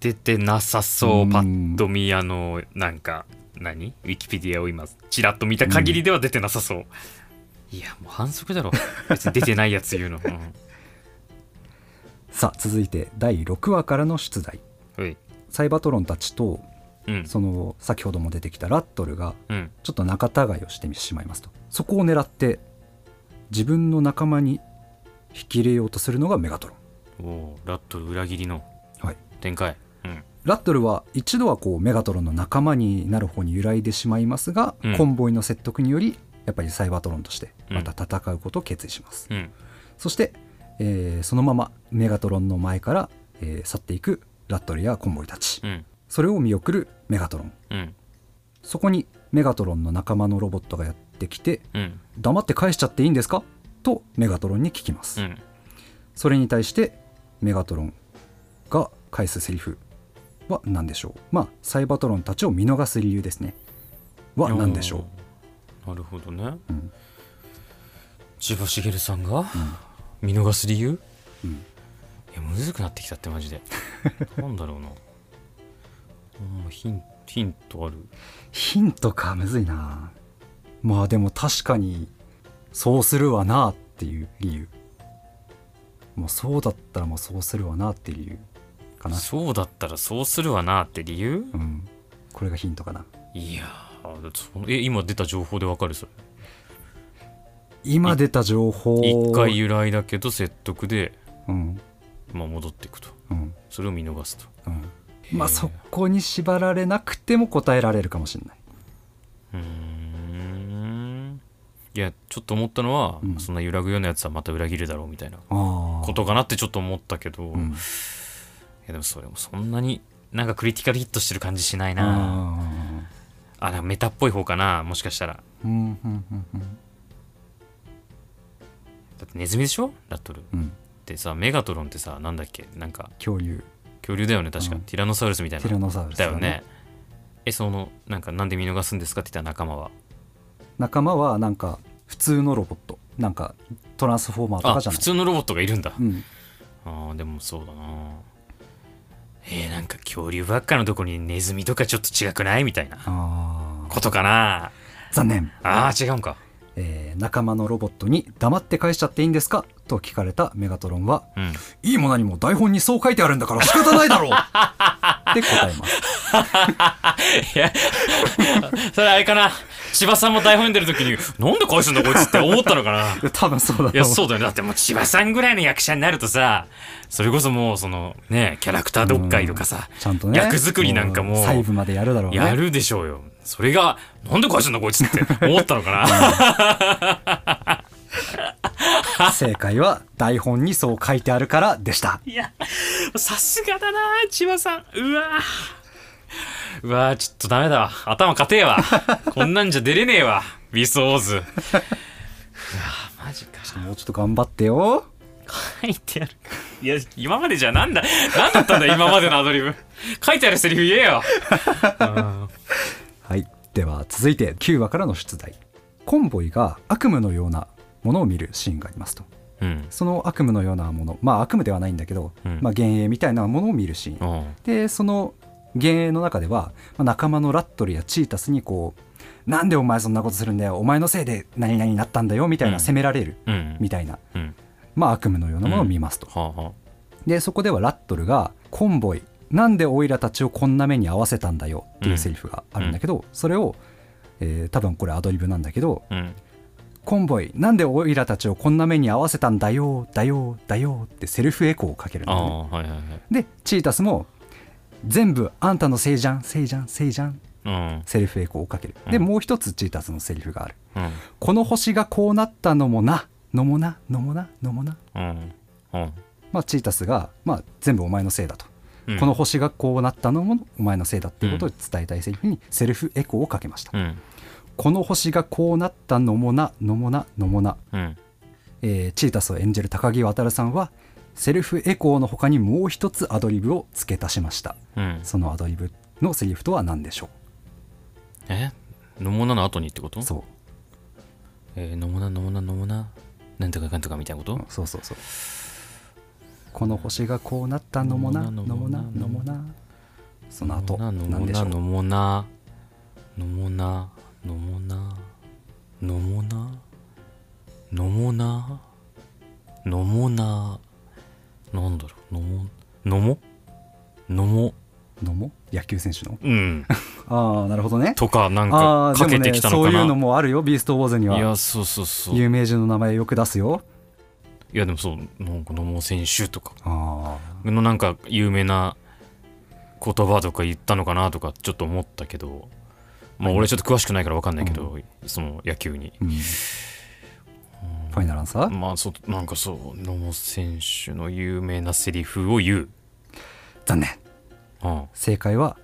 Speaker 1: 出てなさそう
Speaker 3: うん
Speaker 1: パッと見あのなんか何ウィキペディアを今ちらっと見た限りでは出てなさそう、いやもう反則だろ別に出てないやつ言うの、う
Speaker 3: さあ続いて第6話からの出題
Speaker 1: ん、おい
Speaker 3: サイバトロンたちと
Speaker 1: うん
Speaker 3: その先ほども出てきたラットルが
Speaker 1: うん
Speaker 3: ちょっと仲違いをしてしまいますとそこを狙って自分の仲間に引き入れようとするのがメガトロ
Speaker 1: おおーラットル裏切りの
Speaker 3: ン、はい、
Speaker 1: 展開うん
Speaker 3: ラットルは一度はこうメガトロンの仲間になる方に揺らいでしまいますが、
Speaker 1: うん
Speaker 3: コンボイの説得によりやっぱりサイバトロンとしてまた戦うことを決意します、
Speaker 1: うん
Speaker 3: そして、えーそのままメガトロンの前から、えー去っていくラットルやコンボイたち、
Speaker 1: うん
Speaker 3: それを見送るメガトロン
Speaker 1: うん
Speaker 3: そこにメガトロンの仲間のロボットがやってきて
Speaker 1: うん
Speaker 3: 黙って返しちゃっていいんですかとメガトロンに聞きます、
Speaker 1: うん
Speaker 3: それに対してメガトロンが返すセリフは何でしょうまあサイバトロンたちを見逃す理由ですねは何でしょ
Speaker 1: うなるほどね、
Speaker 3: ん
Speaker 1: 千葉茂さんが、見逃す理由、
Speaker 3: うん
Speaker 1: いやむずくなってきたってマ
Speaker 3: (laughs)
Speaker 1: ジでなんだろうなうんヒンヒントある
Speaker 3: うヒントかむずいなまあでも確かにそうするわなっていう理由もうそうだったらもうそうするわなっていう理由かな
Speaker 1: そうだったらそうするわなって理由
Speaker 3: うんこれがヒントかない
Speaker 1: やーだってそのえ今出た情報でわかるそれ
Speaker 3: 今出た情報
Speaker 1: 一回由来だけど説得で、
Speaker 3: うん
Speaker 1: まあ、戻っていくと
Speaker 3: うん
Speaker 1: それを見逃すと
Speaker 3: うんまあそこに縛られなくても答えられるかもしれないう
Speaker 1: ーんいやちょっと思ったのは、
Speaker 3: うん
Speaker 1: そんな揺らぐようなやつはまた裏切るだろうみたいな
Speaker 3: ああ
Speaker 1: ことかなってちょっと思ったけど、
Speaker 3: ん
Speaker 1: いやでもそれもそんなになんかクリティカルヒットしてる感じしないな
Speaker 3: あ
Speaker 1: あなんかメタっぽい方かなもしかしたら
Speaker 3: ーうんうんうんうん
Speaker 1: だってネズミでしょラットルっ
Speaker 3: うん
Speaker 1: てさメガトロンってさなんだっけなんか
Speaker 3: 恐竜
Speaker 1: 恐竜だよね確か、
Speaker 3: うん
Speaker 1: ティラノサウルスみたい
Speaker 3: ティ
Speaker 1: な
Speaker 3: ラノサウルス
Speaker 1: だよねえそのなんかなんで見逃すんですかって言った仲間は
Speaker 3: 仲間はなんか普通のロボットなんかトランスフォーマーと
Speaker 1: あ
Speaker 3: かじゃな
Speaker 1: 普
Speaker 3: い
Speaker 1: 通のロボットがいるんだ、
Speaker 3: うん、
Speaker 1: あーでもそうだなえー、なんか恐竜ばっかのとこにネズミとかちょっと違くないみたいな
Speaker 3: あ
Speaker 1: ことかな
Speaker 3: ー残念、
Speaker 1: あー違うんか
Speaker 3: えー仲間のロボットに黙って返しちゃっていいんですかと聞かれたメガトロンは
Speaker 1: うん
Speaker 3: いいも何も台本にそう書いてあるんだから仕方ない
Speaker 1: (laughs)
Speaker 3: だろうって答えます
Speaker 1: いや、 (laughs) それあれかな。千葉さんも台本読んでる時に、なんで返すんだこいつって思ったのか (laughs) な。い
Speaker 3: いや多分そうだと思う
Speaker 1: や、そうだよね。だってもう千葉さんぐらいの役者になるとさ、それこそもうその、ね、キャラクター読解とかさ、
Speaker 3: ちゃんとね
Speaker 1: 役作りなんかもう
Speaker 3: 細部までやるだろうね
Speaker 1: やるでしょうよ。それが、なんで返すんだこいつって思ったのかな。
Speaker 3: 正解は台本にそう書いてあるからでした
Speaker 1: いや、さすがだな、千葉さん。うわうわちょっとダメだわ。頭固えわ。こんなんじゃ出れねえわ。ビーストウォーズ。うわマジか。
Speaker 3: もうちょっと頑張ってよ
Speaker 1: 書いてあるいや今までじゃなんだ何だったんだ今までのアドリブ書いてあるセリフ言えよ
Speaker 3: はいでは続いて9話からの出題コンボイが悪夢のようなものを見るシーンがありますと
Speaker 1: うん
Speaker 3: その悪夢のようなものまあ悪夢ではないんだけど、
Speaker 1: うん
Speaker 3: まあ、幻影みたいなものを見るシーン、でその幻影の中では、まあ仲間のラットルやチータスにこうなんでお前そんなことするんだよお前のせいで何々になったんだよみたい
Speaker 1: うん
Speaker 3: な責められる、
Speaker 1: うん
Speaker 3: みたいな、
Speaker 1: うん
Speaker 3: まあ、悪夢のようなものを見ますと、
Speaker 1: はあは
Speaker 3: でそこではラットルが「コンボイなんでオイラたちをこんな目に遭わせたんだよ」っていうセリフがあるんだけど、それを、えー多分これアドリブなんだけど
Speaker 1: あうん
Speaker 3: 「コンボイなんでオイラたちをこんな目に遭わせたんだよだよだよ」ってセルフエコーをかけるんだ
Speaker 1: あ
Speaker 3: よね
Speaker 1: あはいはいはい
Speaker 3: でチータスも「全部あんたのせいじゃんせいじゃんせいじゃん
Speaker 1: うん」
Speaker 3: セルフエコーをかけるで
Speaker 1: うん
Speaker 3: もう一つチータスのセリフがある
Speaker 1: うん
Speaker 3: 「この星がこうなったのもなのもなのもなのもな」
Speaker 1: うんうん
Speaker 3: まあ、チータスが、まあ、全部お前のせいだと、
Speaker 1: うん
Speaker 3: この星がこうなったのもお前のせいだっていうことを伝えたいセリフにセルフエコーをかけました、
Speaker 1: うん
Speaker 3: この星がこうなったのもなのもなのもな、
Speaker 1: うん
Speaker 3: えーチータスを演じる高木渉さんはセルフエコーの他にもう一つアドリブを付け足しました
Speaker 1: うん
Speaker 3: そのアドリブのセリフとは何でしょ
Speaker 1: え野茂菜の後にってこと
Speaker 3: うそう
Speaker 1: えー、野茂菜野茂菜野茂菜なんとかかんとかみたいなこと
Speaker 3: そうそうそうこの星がこうなったのもな
Speaker 1: の
Speaker 3: の
Speaker 1: も
Speaker 3: も
Speaker 1: な
Speaker 3: な
Speaker 1: の
Speaker 3: の
Speaker 1: も
Speaker 3: も
Speaker 1: な
Speaker 3: なその後
Speaker 1: 野
Speaker 3: な
Speaker 1: 茂
Speaker 3: んでし
Speaker 1: 菜
Speaker 3: ょう
Speaker 1: 野茂菜野茂菜野茂菜野茂菜野茂菜野茂菜なんだろう野茂野茂野茂
Speaker 3: のも野球選手の
Speaker 1: うん (laughs)
Speaker 3: ああなるほどね
Speaker 1: とかなんか
Speaker 3: ああ
Speaker 1: か
Speaker 3: で
Speaker 1: け
Speaker 3: も
Speaker 1: て
Speaker 3: ね
Speaker 1: きたの
Speaker 3: そ
Speaker 1: か
Speaker 3: ういうの
Speaker 1: な
Speaker 3: もあるよビーストウォーズに
Speaker 1: い
Speaker 3: は
Speaker 1: やそうそうそうい
Speaker 3: 有名人の名前よく出すよ
Speaker 1: やでもそうなんか野茂選手とか
Speaker 3: ああ
Speaker 1: のなんか有名な言葉とか言ったのかなとかちょっと思ったけど、まあ、俺ちょっと詳しくないから分かんないけど、その野球に、
Speaker 3: うんファイナルアンサー
Speaker 1: まあそなんかそう野茂選手の有名なセリフを言う、
Speaker 3: 残念
Speaker 1: うん、 (laughs)
Speaker 3: 正解は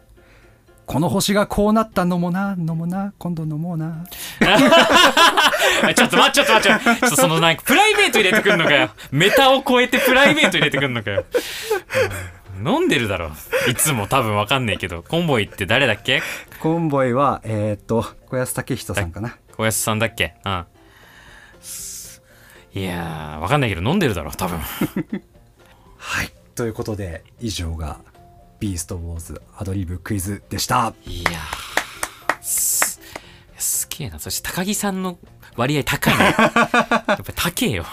Speaker 3: この星がこうなったのもなのもな今度飲もうな
Speaker 1: あちょっと待ってちょっと待ってちょっとそのなんかプライベート入れてくんのかよメタを超えてプライベート入れてくんのかよ、うん飲んでるだろいつも多分分かんないけどコンボイって誰だっけ
Speaker 3: コンボイはえーっと小安武人さんかな
Speaker 1: 小安さんだっけうん。いやー、わかんないけど飲んでるだろ、 (laughs) 多分。
Speaker 3: はい。ということで、以上が、ビーストウォーズアドリブクイズでした。
Speaker 1: いやー、すすげえな。そして高木さんの割合高い (laughs) ね。やっぱり高えよ。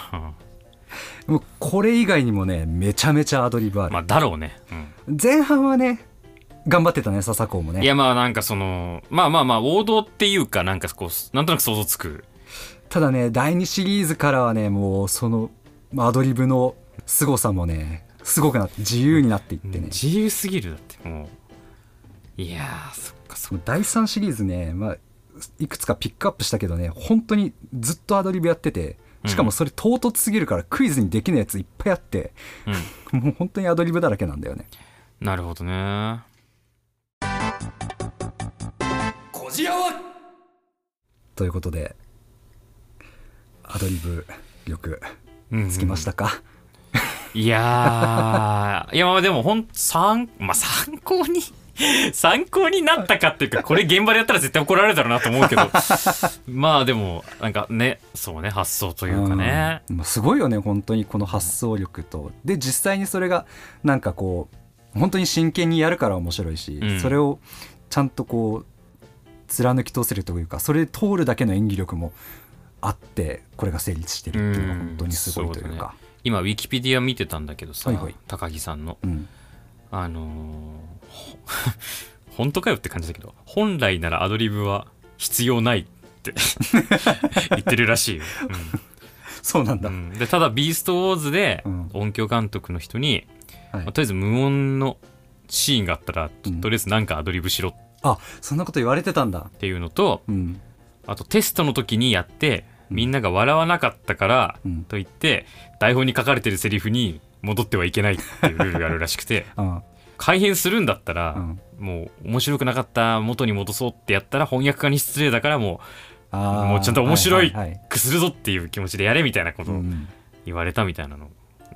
Speaker 1: う
Speaker 3: もうこれ以外にもね、めちゃめちゃアドリブあ
Speaker 1: ん
Speaker 3: る。
Speaker 1: まあ、だろうね。うん
Speaker 3: 前半はね、頑張ってたね、笹子も
Speaker 1: い
Speaker 3: ね。
Speaker 1: や、まあなんかその、まあまあまあ、王道っていうか、なんかこう、なんとなく想像つく。
Speaker 3: ただね、第2シリーズからはね、もうその、まあアドリブの凄さもね、すごくなって、自由になっていってね。
Speaker 1: 自由すぎるだって、もう。いやー、そっかそっか。
Speaker 3: その第3シリーズね、まあ、いくつかピックアップしたけどね、本当にずっとアドリブやってて、しかもそれ唐突すぎるからクイズにできないやついっぱいあって、 (laughs) もう本当にアドリブだらけなんだよね。
Speaker 1: なるほどね。
Speaker 3: ということでアドリブ力
Speaker 1: うん
Speaker 3: つきましたか、
Speaker 1: いやー、いやまあでもほん、参、まあ参考に、 (laughs) 参考になったかっていうか、これ現場でやったら絶対怒られるだろうなと思う
Speaker 3: (laughs)
Speaker 1: けど、まあでも、なんかね、そうね、発想というかね。
Speaker 3: うんまあすごいよね本当にこの発想力とで実際にそれがなんかこう本当に真剣にやるから面白いし、
Speaker 1: うん
Speaker 3: それをちゃんとこう貫き通せるというかそれで通るだけの演技力もあってこれが成立してるっていうのは
Speaker 1: うん
Speaker 3: 本当にすごいというか、
Speaker 1: 今、ウィキペディア見てたんだけどさ、
Speaker 3: はいはい
Speaker 1: 高木さんの。
Speaker 3: うん
Speaker 1: あのーほ (laughs) 本当かよって感じだけど、本来ならアドリブは必要ないって (laughs) 言ってるらしいよ。うん
Speaker 3: そうなんだ、
Speaker 1: うんでただ「ビーストウォーズ」で
Speaker 3: うん
Speaker 1: 音響監督の人に、
Speaker 3: はい
Speaker 1: まあとりあえず無音のシーンがあったらと
Speaker 3: うん
Speaker 1: とりあえずなんかアドリブしろっ
Speaker 3: あそんなこと言われてたんだ
Speaker 1: ていうのと、
Speaker 3: うん
Speaker 1: あとテストの時にやって
Speaker 3: うん
Speaker 1: みんなが笑わなかったから
Speaker 3: うん
Speaker 1: と言って台本に書かれてるセリフに戻ってはいけないっていうルールがあるらしく
Speaker 3: (laughs)
Speaker 1: て
Speaker 3: あ
Speaker 1: 改変するんだったら、
Speaker 3: うん
Speaker 1: もう面白くなかった元に戻そうってやったら翻訳家に失礼だからもう
Speaker 3: あー
Speaker 1: もうちゃんと面白い
Speaker 3: はいはいはい
Speaker 1: くするぞっていう気持ちでやれみたいなこと
Speaker 3: う
Speaker 1: を
Speaker 3: ん
Speaker 1: 言われたみたいなの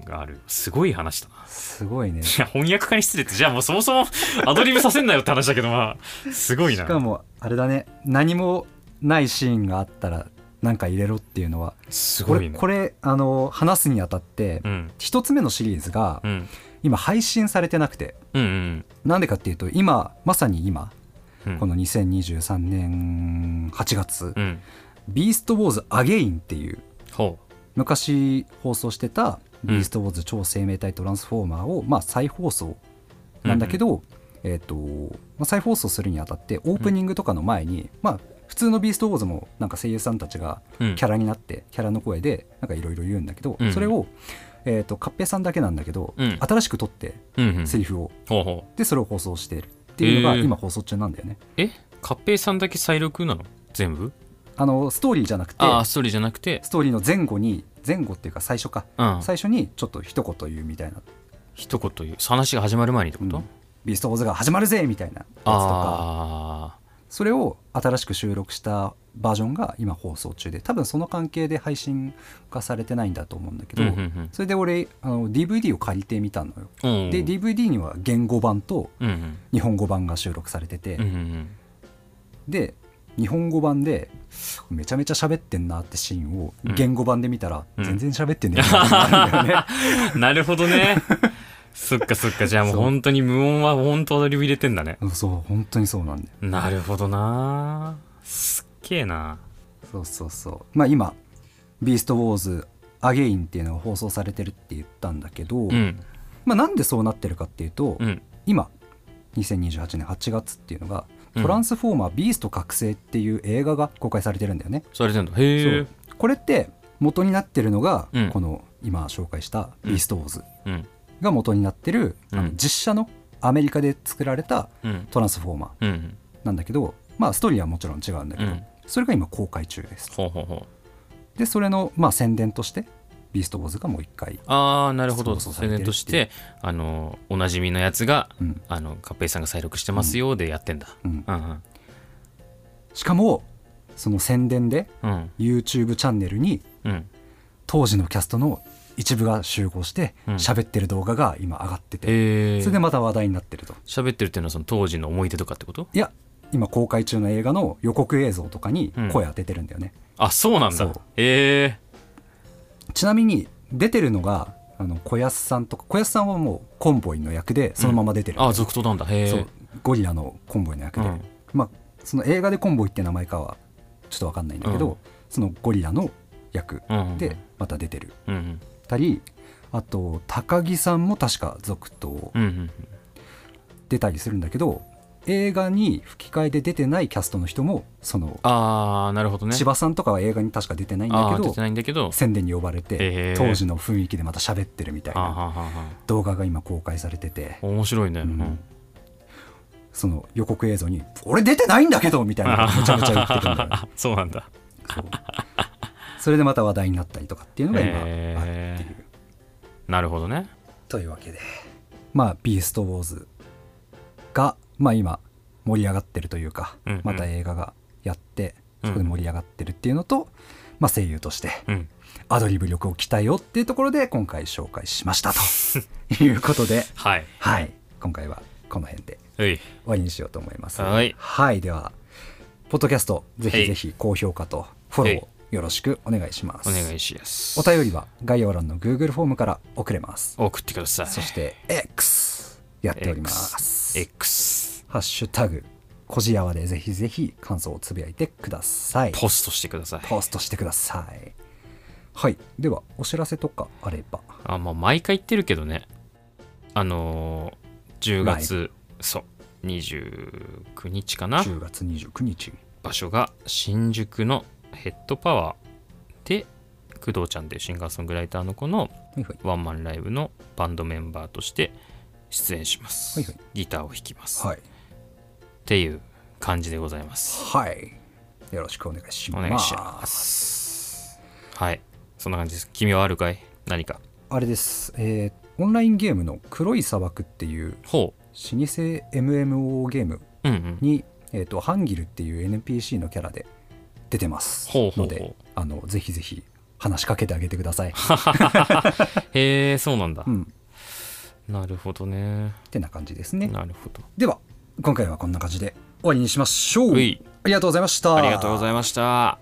Speaker 1: があるすごい話だな。
Speaker 3: すごいね
Speaker 1: いや、翻訳家に失礼って、じゃあもうそもそもアドリブさせんなよって話だけど、まあ、すごいな。
Speaker 3: しかもあれだね何もないシーンがあったら何か入れろっていうのは
Speaker 1: す
Speaker 3: こ
Speaker 1: ごい
Speaker 3: れ
Speaker 1: ね。
Speaker 3: これあの話すにあたって
Speaker 1: うん。
Speaker 3: 一つ目のシリーズが
Speaker 1: うん。
Speaker 3: 今配信されてなくて
Speaker 1: うんうん
Speaker 3: なんでかっていうと今まさに今
Speaker 1: うん。
Speaker 3: この2023年8月
Speaker 1: うん。
Speaker 3: 「ビーストウォーズ・アゲイン」っていう
Speaker 1: ほ
Speaker 3: 昔放送してた「ビーストウォーズ超生命体トランスフォーマーを」まあ、再放送なんだけど、えーとまあ、再放送するにあたってオープニングとかの前に、まあ、普通の「ビーストウォーズ」もなんか声優さんたちが
Speaker 1: う。
Speaker 3: キ
Speaker 1: うん。
Speaker 3: ャラになって、キャラの声でなんかいろいろ言うんだけど、
Speaker 1: うん
Speaker 3: それを、えー、とカッペさんだけなんだけど、
Speaker 1: うん
Speaker 3: 新しく撮って
Speaker 1: うんうん。
Speaker 3: セリフを
Speaker 1: ほうほう。
Speaker 3: でそれを放送しているっていうのが
Speaker 1: へー
Speaker 3: 今放送中なんだよね。
Speaker 1: えカッペイさんだけ再録なの全部
Speaker 3: あのストーリーじゃなくて
Speaker 1: ああ、ストーリーじゃなくて。
Speaker 3: ストーリーの前後に前後っていうか最初か、
Speaker 1: うん
Speaker 3: 最初にちょっと一言言うみたいな、
Speaker 1: 一言言う話が始まる前にってこと、
Speaker 3: うんビーストウォーズが始まるぜみたいなやつとか
Speaker 1: あ
Speaker 3: それを新しく収録したバージョンが今放送中で多分その関係で配信がされてないんだと思うんだけど、
Speaker 1: うんうんうん
Speaker 3: それで俺あの DVD を借りてみたのよ、
Speaker 1: あうん
Speaker 3: で DVD には言語版と
Speaker 1: うんうん
Speaker 3: 日本語版が収録されてて、
Speaker 1: うんうん
Speaker 3: で日本語版でめちゃめちゃ喋ってんなってシーンを
Speaker 1: うん
Speaker 3: 言語版で見たら、
Speaker 1: うん
Speaker 3: 全然喋ってねえなってなるんだよね
Speaker 1: うんなるほど
Speaker 3: (laughs)
Speaker 1: ねそっかそっかじゃあもう
Speaker 3: そう
Speaker 1: 本当に無音は本当アドリブ入れてんだね (laughs)
Speaker 3: うんそう本当にそうなんだよ
Speaker 1: なるほどなすっげえな
Speaker 3: そうそうそうまあ今「ビーストウォーズアゲイン」っていうのが放送されてるって言ったんだけど、
Speaker 1: うん
Speaker 3: まあ、なんでそうなってるかっていうと、
Speaker 1: うん
Speaker 3: 今2028年8月っていうのが「
Speaker 1: うん
Speaker 3: トランスフォーマービースト覚醒」っていう映画が公開されてるんだよね、
Speaker 1: それでんだへ
Speaker 3: そ
Speaker 1: え
Speaker 3: うこれって元になってるのが、
Speaker 1: うん
Speaker 3: この今紹介した「ビーストウォーズ」
Speaker 1: うん
Speaker 3: が元になってる、あ
Speaker 1: う
Speaker 3: の
Speaker 1: ん
Speaker 3: 実写のアメリカで作られた
Speaker 1: うん
Speaker 3: トランスフォーマ
Speaker 1: うん
Speaker 3: ーなんだけど、まあ、ストーリーはもちろん違うんだけど、
Speaker 1: うん
Speaker 3: それが今公開中です
Speaker 1: ほうほうほ
Speaker 3: でそれの、まあ、宣伝としてビーストウォーズがもう一回、
Speaker 1: うああなるほど
Speaker 3: そうそう
Speaker 1: 宣伝としてあのおなじみのやつが
Speaker 3: うん
Speaker 1: あのカッペイさんが再録してますよでやってんだ
Speaker 3: うん
Speaker 1: うんうん
Speaker 3: しかもその宣伝で
Speaker 1: うん
Speaker 3: YouTube チャンネルに
Speaker 1: うん
Speaker 3: 当時のキャストの一部が集合して
Speaker 1: うん
Speaker 3: 喋ってる動画が今上がってて、
Speaker 1: ええ
Speaker 3: それでまた話題になってると
Speaker 1: 喋ってるっていうのはその当時の思い出とかってこと
Speaker 3: いや今公開中の映画の予告映像とかに
Speaker 1: うん
Speaker 3: 声当ててるんだよね、
Speaker 1: あそうなん
Speaker 3: そ
Speaker 1: だ
Speaker 3: う
Speaker 1: え
Speaker 3: ちなみに出てるのがあの小安さんとか小安さんはもうコンボイの役でそのまま出て
Speaker 1: え
Speaker 3: る、
Speaker 1: あ続投なんだへえ
Speaker 3: そうゴリラのコンボイの役で、
Speaker 1: うん
Speaker 3: まあその映画でコンボイって名前かはちょっと分かんないんだけど、
Speaker 1: うん
Speaker 3: そのゴリラの役
Speaker 1: うん
Speaker 3: でまた出てる
Speaker 1: うんうん
Speaker 3: たりあと高木さんも確か続投
Speaker 1: うんうん
Speaker 3: 出たりするんだけど映画に吹き替えで出てないキャストの人もその
Speaker 1: ああなるほどね
Speaker 3: 千葉さんとかは映画に確か出てないん
Speaker 1: あ
Speaker 3: だ
Speaker 1: あ
Speaker 3: け
Speaker 1: 出
Speaker 3: ど
Speaker 1: てないんだけど
Speaker 3: 宣伝に呼ばれ
Speaker 1: へ
Speaker 3: て
Speaker 1: ー
Speaker 3: 当時の雰囲気でまた喋ってるみたい
Speaker 1: あーは
Speaker 3: な
Speaker 1: ーはーは
Speaker 3: 動画が今公開されてて
Speaker 1: ー面白いねうん
Speaker 3: んその予告映像に「俺出てないんだけど!」みたいなめちゃめちゃ言ってるんだよね
Speaker 1: あ (laughs) そうなんだ
Speaker 3: そうそれでまた話題になったりとかっていうのが今ある
Speaker 1: へー
Speaker 3: っていう
Speaker 1: なるほどね
Speaker 3: というわけでまあ「ビーストウォーズが」まあ今盛り上がってるというか、
Speaker 1: うんうん
Speaker 3: また映画がやって
Speaker 1: うん
Speaker 3: そこで盛り上がってるっていうのと、まあ、声優として
Speaker 1: うん
Speaker 3: アドリブ力を鍛えようっていうところで今回紹介しましたというこ
Speaker 1: (laughs)
Speaker 3: とで
Speaker 1: はい
Speaker 3: はい今回はこの辺で
Speaker 1: うい
Speaker 3: 終わりにしようと思います
Speaker 1: はい
Speaker 3: ではポッドキャストぜ
Speaker 1: は
Speaker 3: ひ
Speaker 1: い
Speaker 3: ぜひ高評価とフォローを
Speaker 1: は
Speaker 3: よろしくお願いします
Speaker 1: お願いします
Speaker 3: お便りは概要欄の Google フォームから送れます
Speaker 1: 送ってください
Speaker 3: そして X やっております
Speaker 1: X
Speaker 3: ハッシュタグこじやわでぜひぜひ感想をつぶやいてください
Speaker 1: ポストしてください
Speaker 3: ポストしてくださいはいではお知らせとかあれば
Speaker 1: あもう毎回言ってるけどねあのー、10月そう29日かな
Speaker 3: 10月29日
Speaker 1: 場所が新宿のヘッドパワーで工藤ちゃんというシンガーソングライターの子の
Speaker 3: はいはい
Speaker 1: ワンマンライブのバンドメンバーとして出演します、
Speaker 3: はいはい
Speaker 1: ギターを弾きます、
Speaker 3: はい、
Speaker 1: っていう感じでございます
Speaker 3: はい、よろしくお願いし
Speaker 1: お
Speaker 3: ます
Speaker 1: 願いしますはいそんな感じです君はあるかい何か
Speaker 3: あれですえーオンラインゲームの「黒い砂漠」っていう老舗
Speaker 1: ほ
Speaker 3: MMO ゲーム
Speaker 1: ううんうん
Speaker 3: に、えー、とハンギルっていう NPC のキャラで出てます
Speaker 1: ほうほうほう
Speaker 3: のであのぜひぜひ話しかけてあげてください、
Speaker 1: へえそうなんだ、
Speaker 3: うん、
Speaker 1: なるほどね
Speaker 3: ってな感じですね
Speaker 1: なるほど
Speaker 3: では今回はこんな感じで終わりにしましょう
Speaker 1: うい
Speaker 3: ありがとうございました
Speaker 1: ありがとうございました